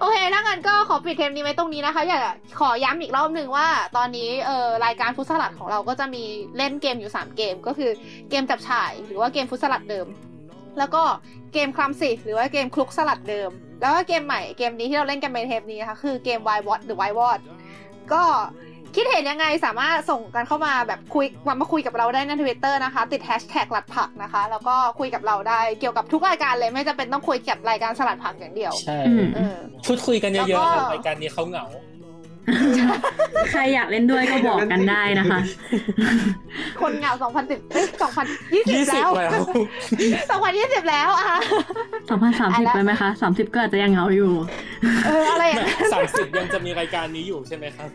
โอเคถ้างั้นก็ขอปิดเทปนี้ไว้ตรงนี้นะคะ อยากขอย้ำอีกรอบหนึ่งว่า ตอนนี้เออรายการฟุตสลัดของเราก็จะมีเล่นเกมอยู่ 3 เกม ก็คือเกมจับฉ่าย หรือว่าเกมฟุตสลัดเดิม แล้วก็เกมคลัมสิหรือว่าเกมคลุกสลัดเดิม แล้วก็เกมใหม่เกมนี้ที่เราเล่นกันในเทปนี้นะคะคือเกม Why What หรือ Why What ก็คิดเห็นยังไงสามารถส่งกันเข้ามาแบบคุยมามาคุยกับเราได้ในทวิตเตอร์นะคะ ติดแฮชแท็กหลัดผักนะคะ แล้วก็คุยกับเราได้เกี่ยวกับทุกรายการเลยไม่จำเป็นต้องคุยกับรายการสลัดผักอย่างเดียว ใช่ อืม เออ พูดคุยกันเยอะๆ แล้วก็ ค่ะรายการนี้เขาเหงา ใครอยากเล่นด้วยก็บอกกันได้นะคะ คนเหงา2010เอ้ย ยี่ 2020 สิบ แล้ว แล้ว 2020 แล้วอ่ะ สองพันสามสิบ อ่ะแล้ว ไปไหมคะสามสิบก็อาจจะยังเหงาอยู่ เอออะไรอ่ะ สามสิบยังจะมีรายการนี้อยู่ใช่ไหมครับ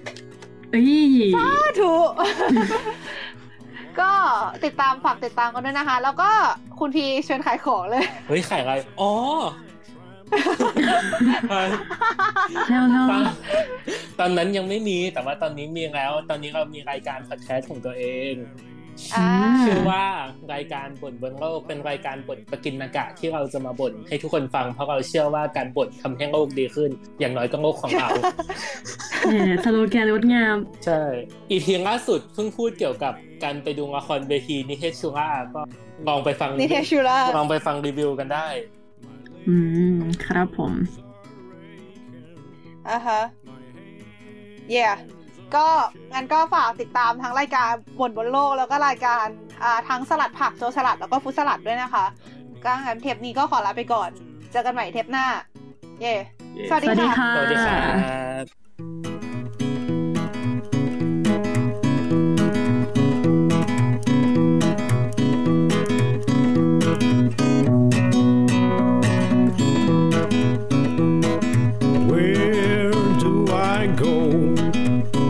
เอ้ย ถู [LAUGHS] กก็ติดตามฝากติดตามกันด้วยนะคะ แล้วก็คุณพีเชิญขายของเลย เฮ้ยขายอะไร อ๋อ แล้วแล้ว ตอนตอนนั้นยังไม่มีแต่ว่าตอนนี้มีแล้ว ตอนนี้เรามีรายการพอดแคสต์ของตัวเอง อ่า ชื่อว่ารายการบ่นบนโลกเป็นรายการบ่นประกินอากาศที่เราจะมาบ่นให้ทุกคนฟังเพราะเราเชื่อว่าการบ่นทำให้โลกดีขึ้น อย่างน้อยก็โลกของ [LAUGHS] เรา เอ่อสโลแกนงดงาม ใช่ อีพีล่าสุดเพิ่งพูดเกี่ยวกับการไปดูละครเวทีนิเทศชูราก็ลองไปฟัง นิเทศชูรา ลองไปฟังรีวิวกันได้ อืม ครับผม อ่ะฮะ เย่ก็งั้นก็ฝากติดตามทั้งรายการบนบนโลกแล้วก็รายการอ่าทั้งสลัดผักโจรสลัดแล้วก็ฟุตสลัดด้วยนะคะก็งั้นเทปนี้ก็ขอลาไปก่อน เจอกันใหม่เทปหน้า เย่สวัส สวัส ดี ดี ค่ะ ค่ะ สวัสดีครับ Where do I go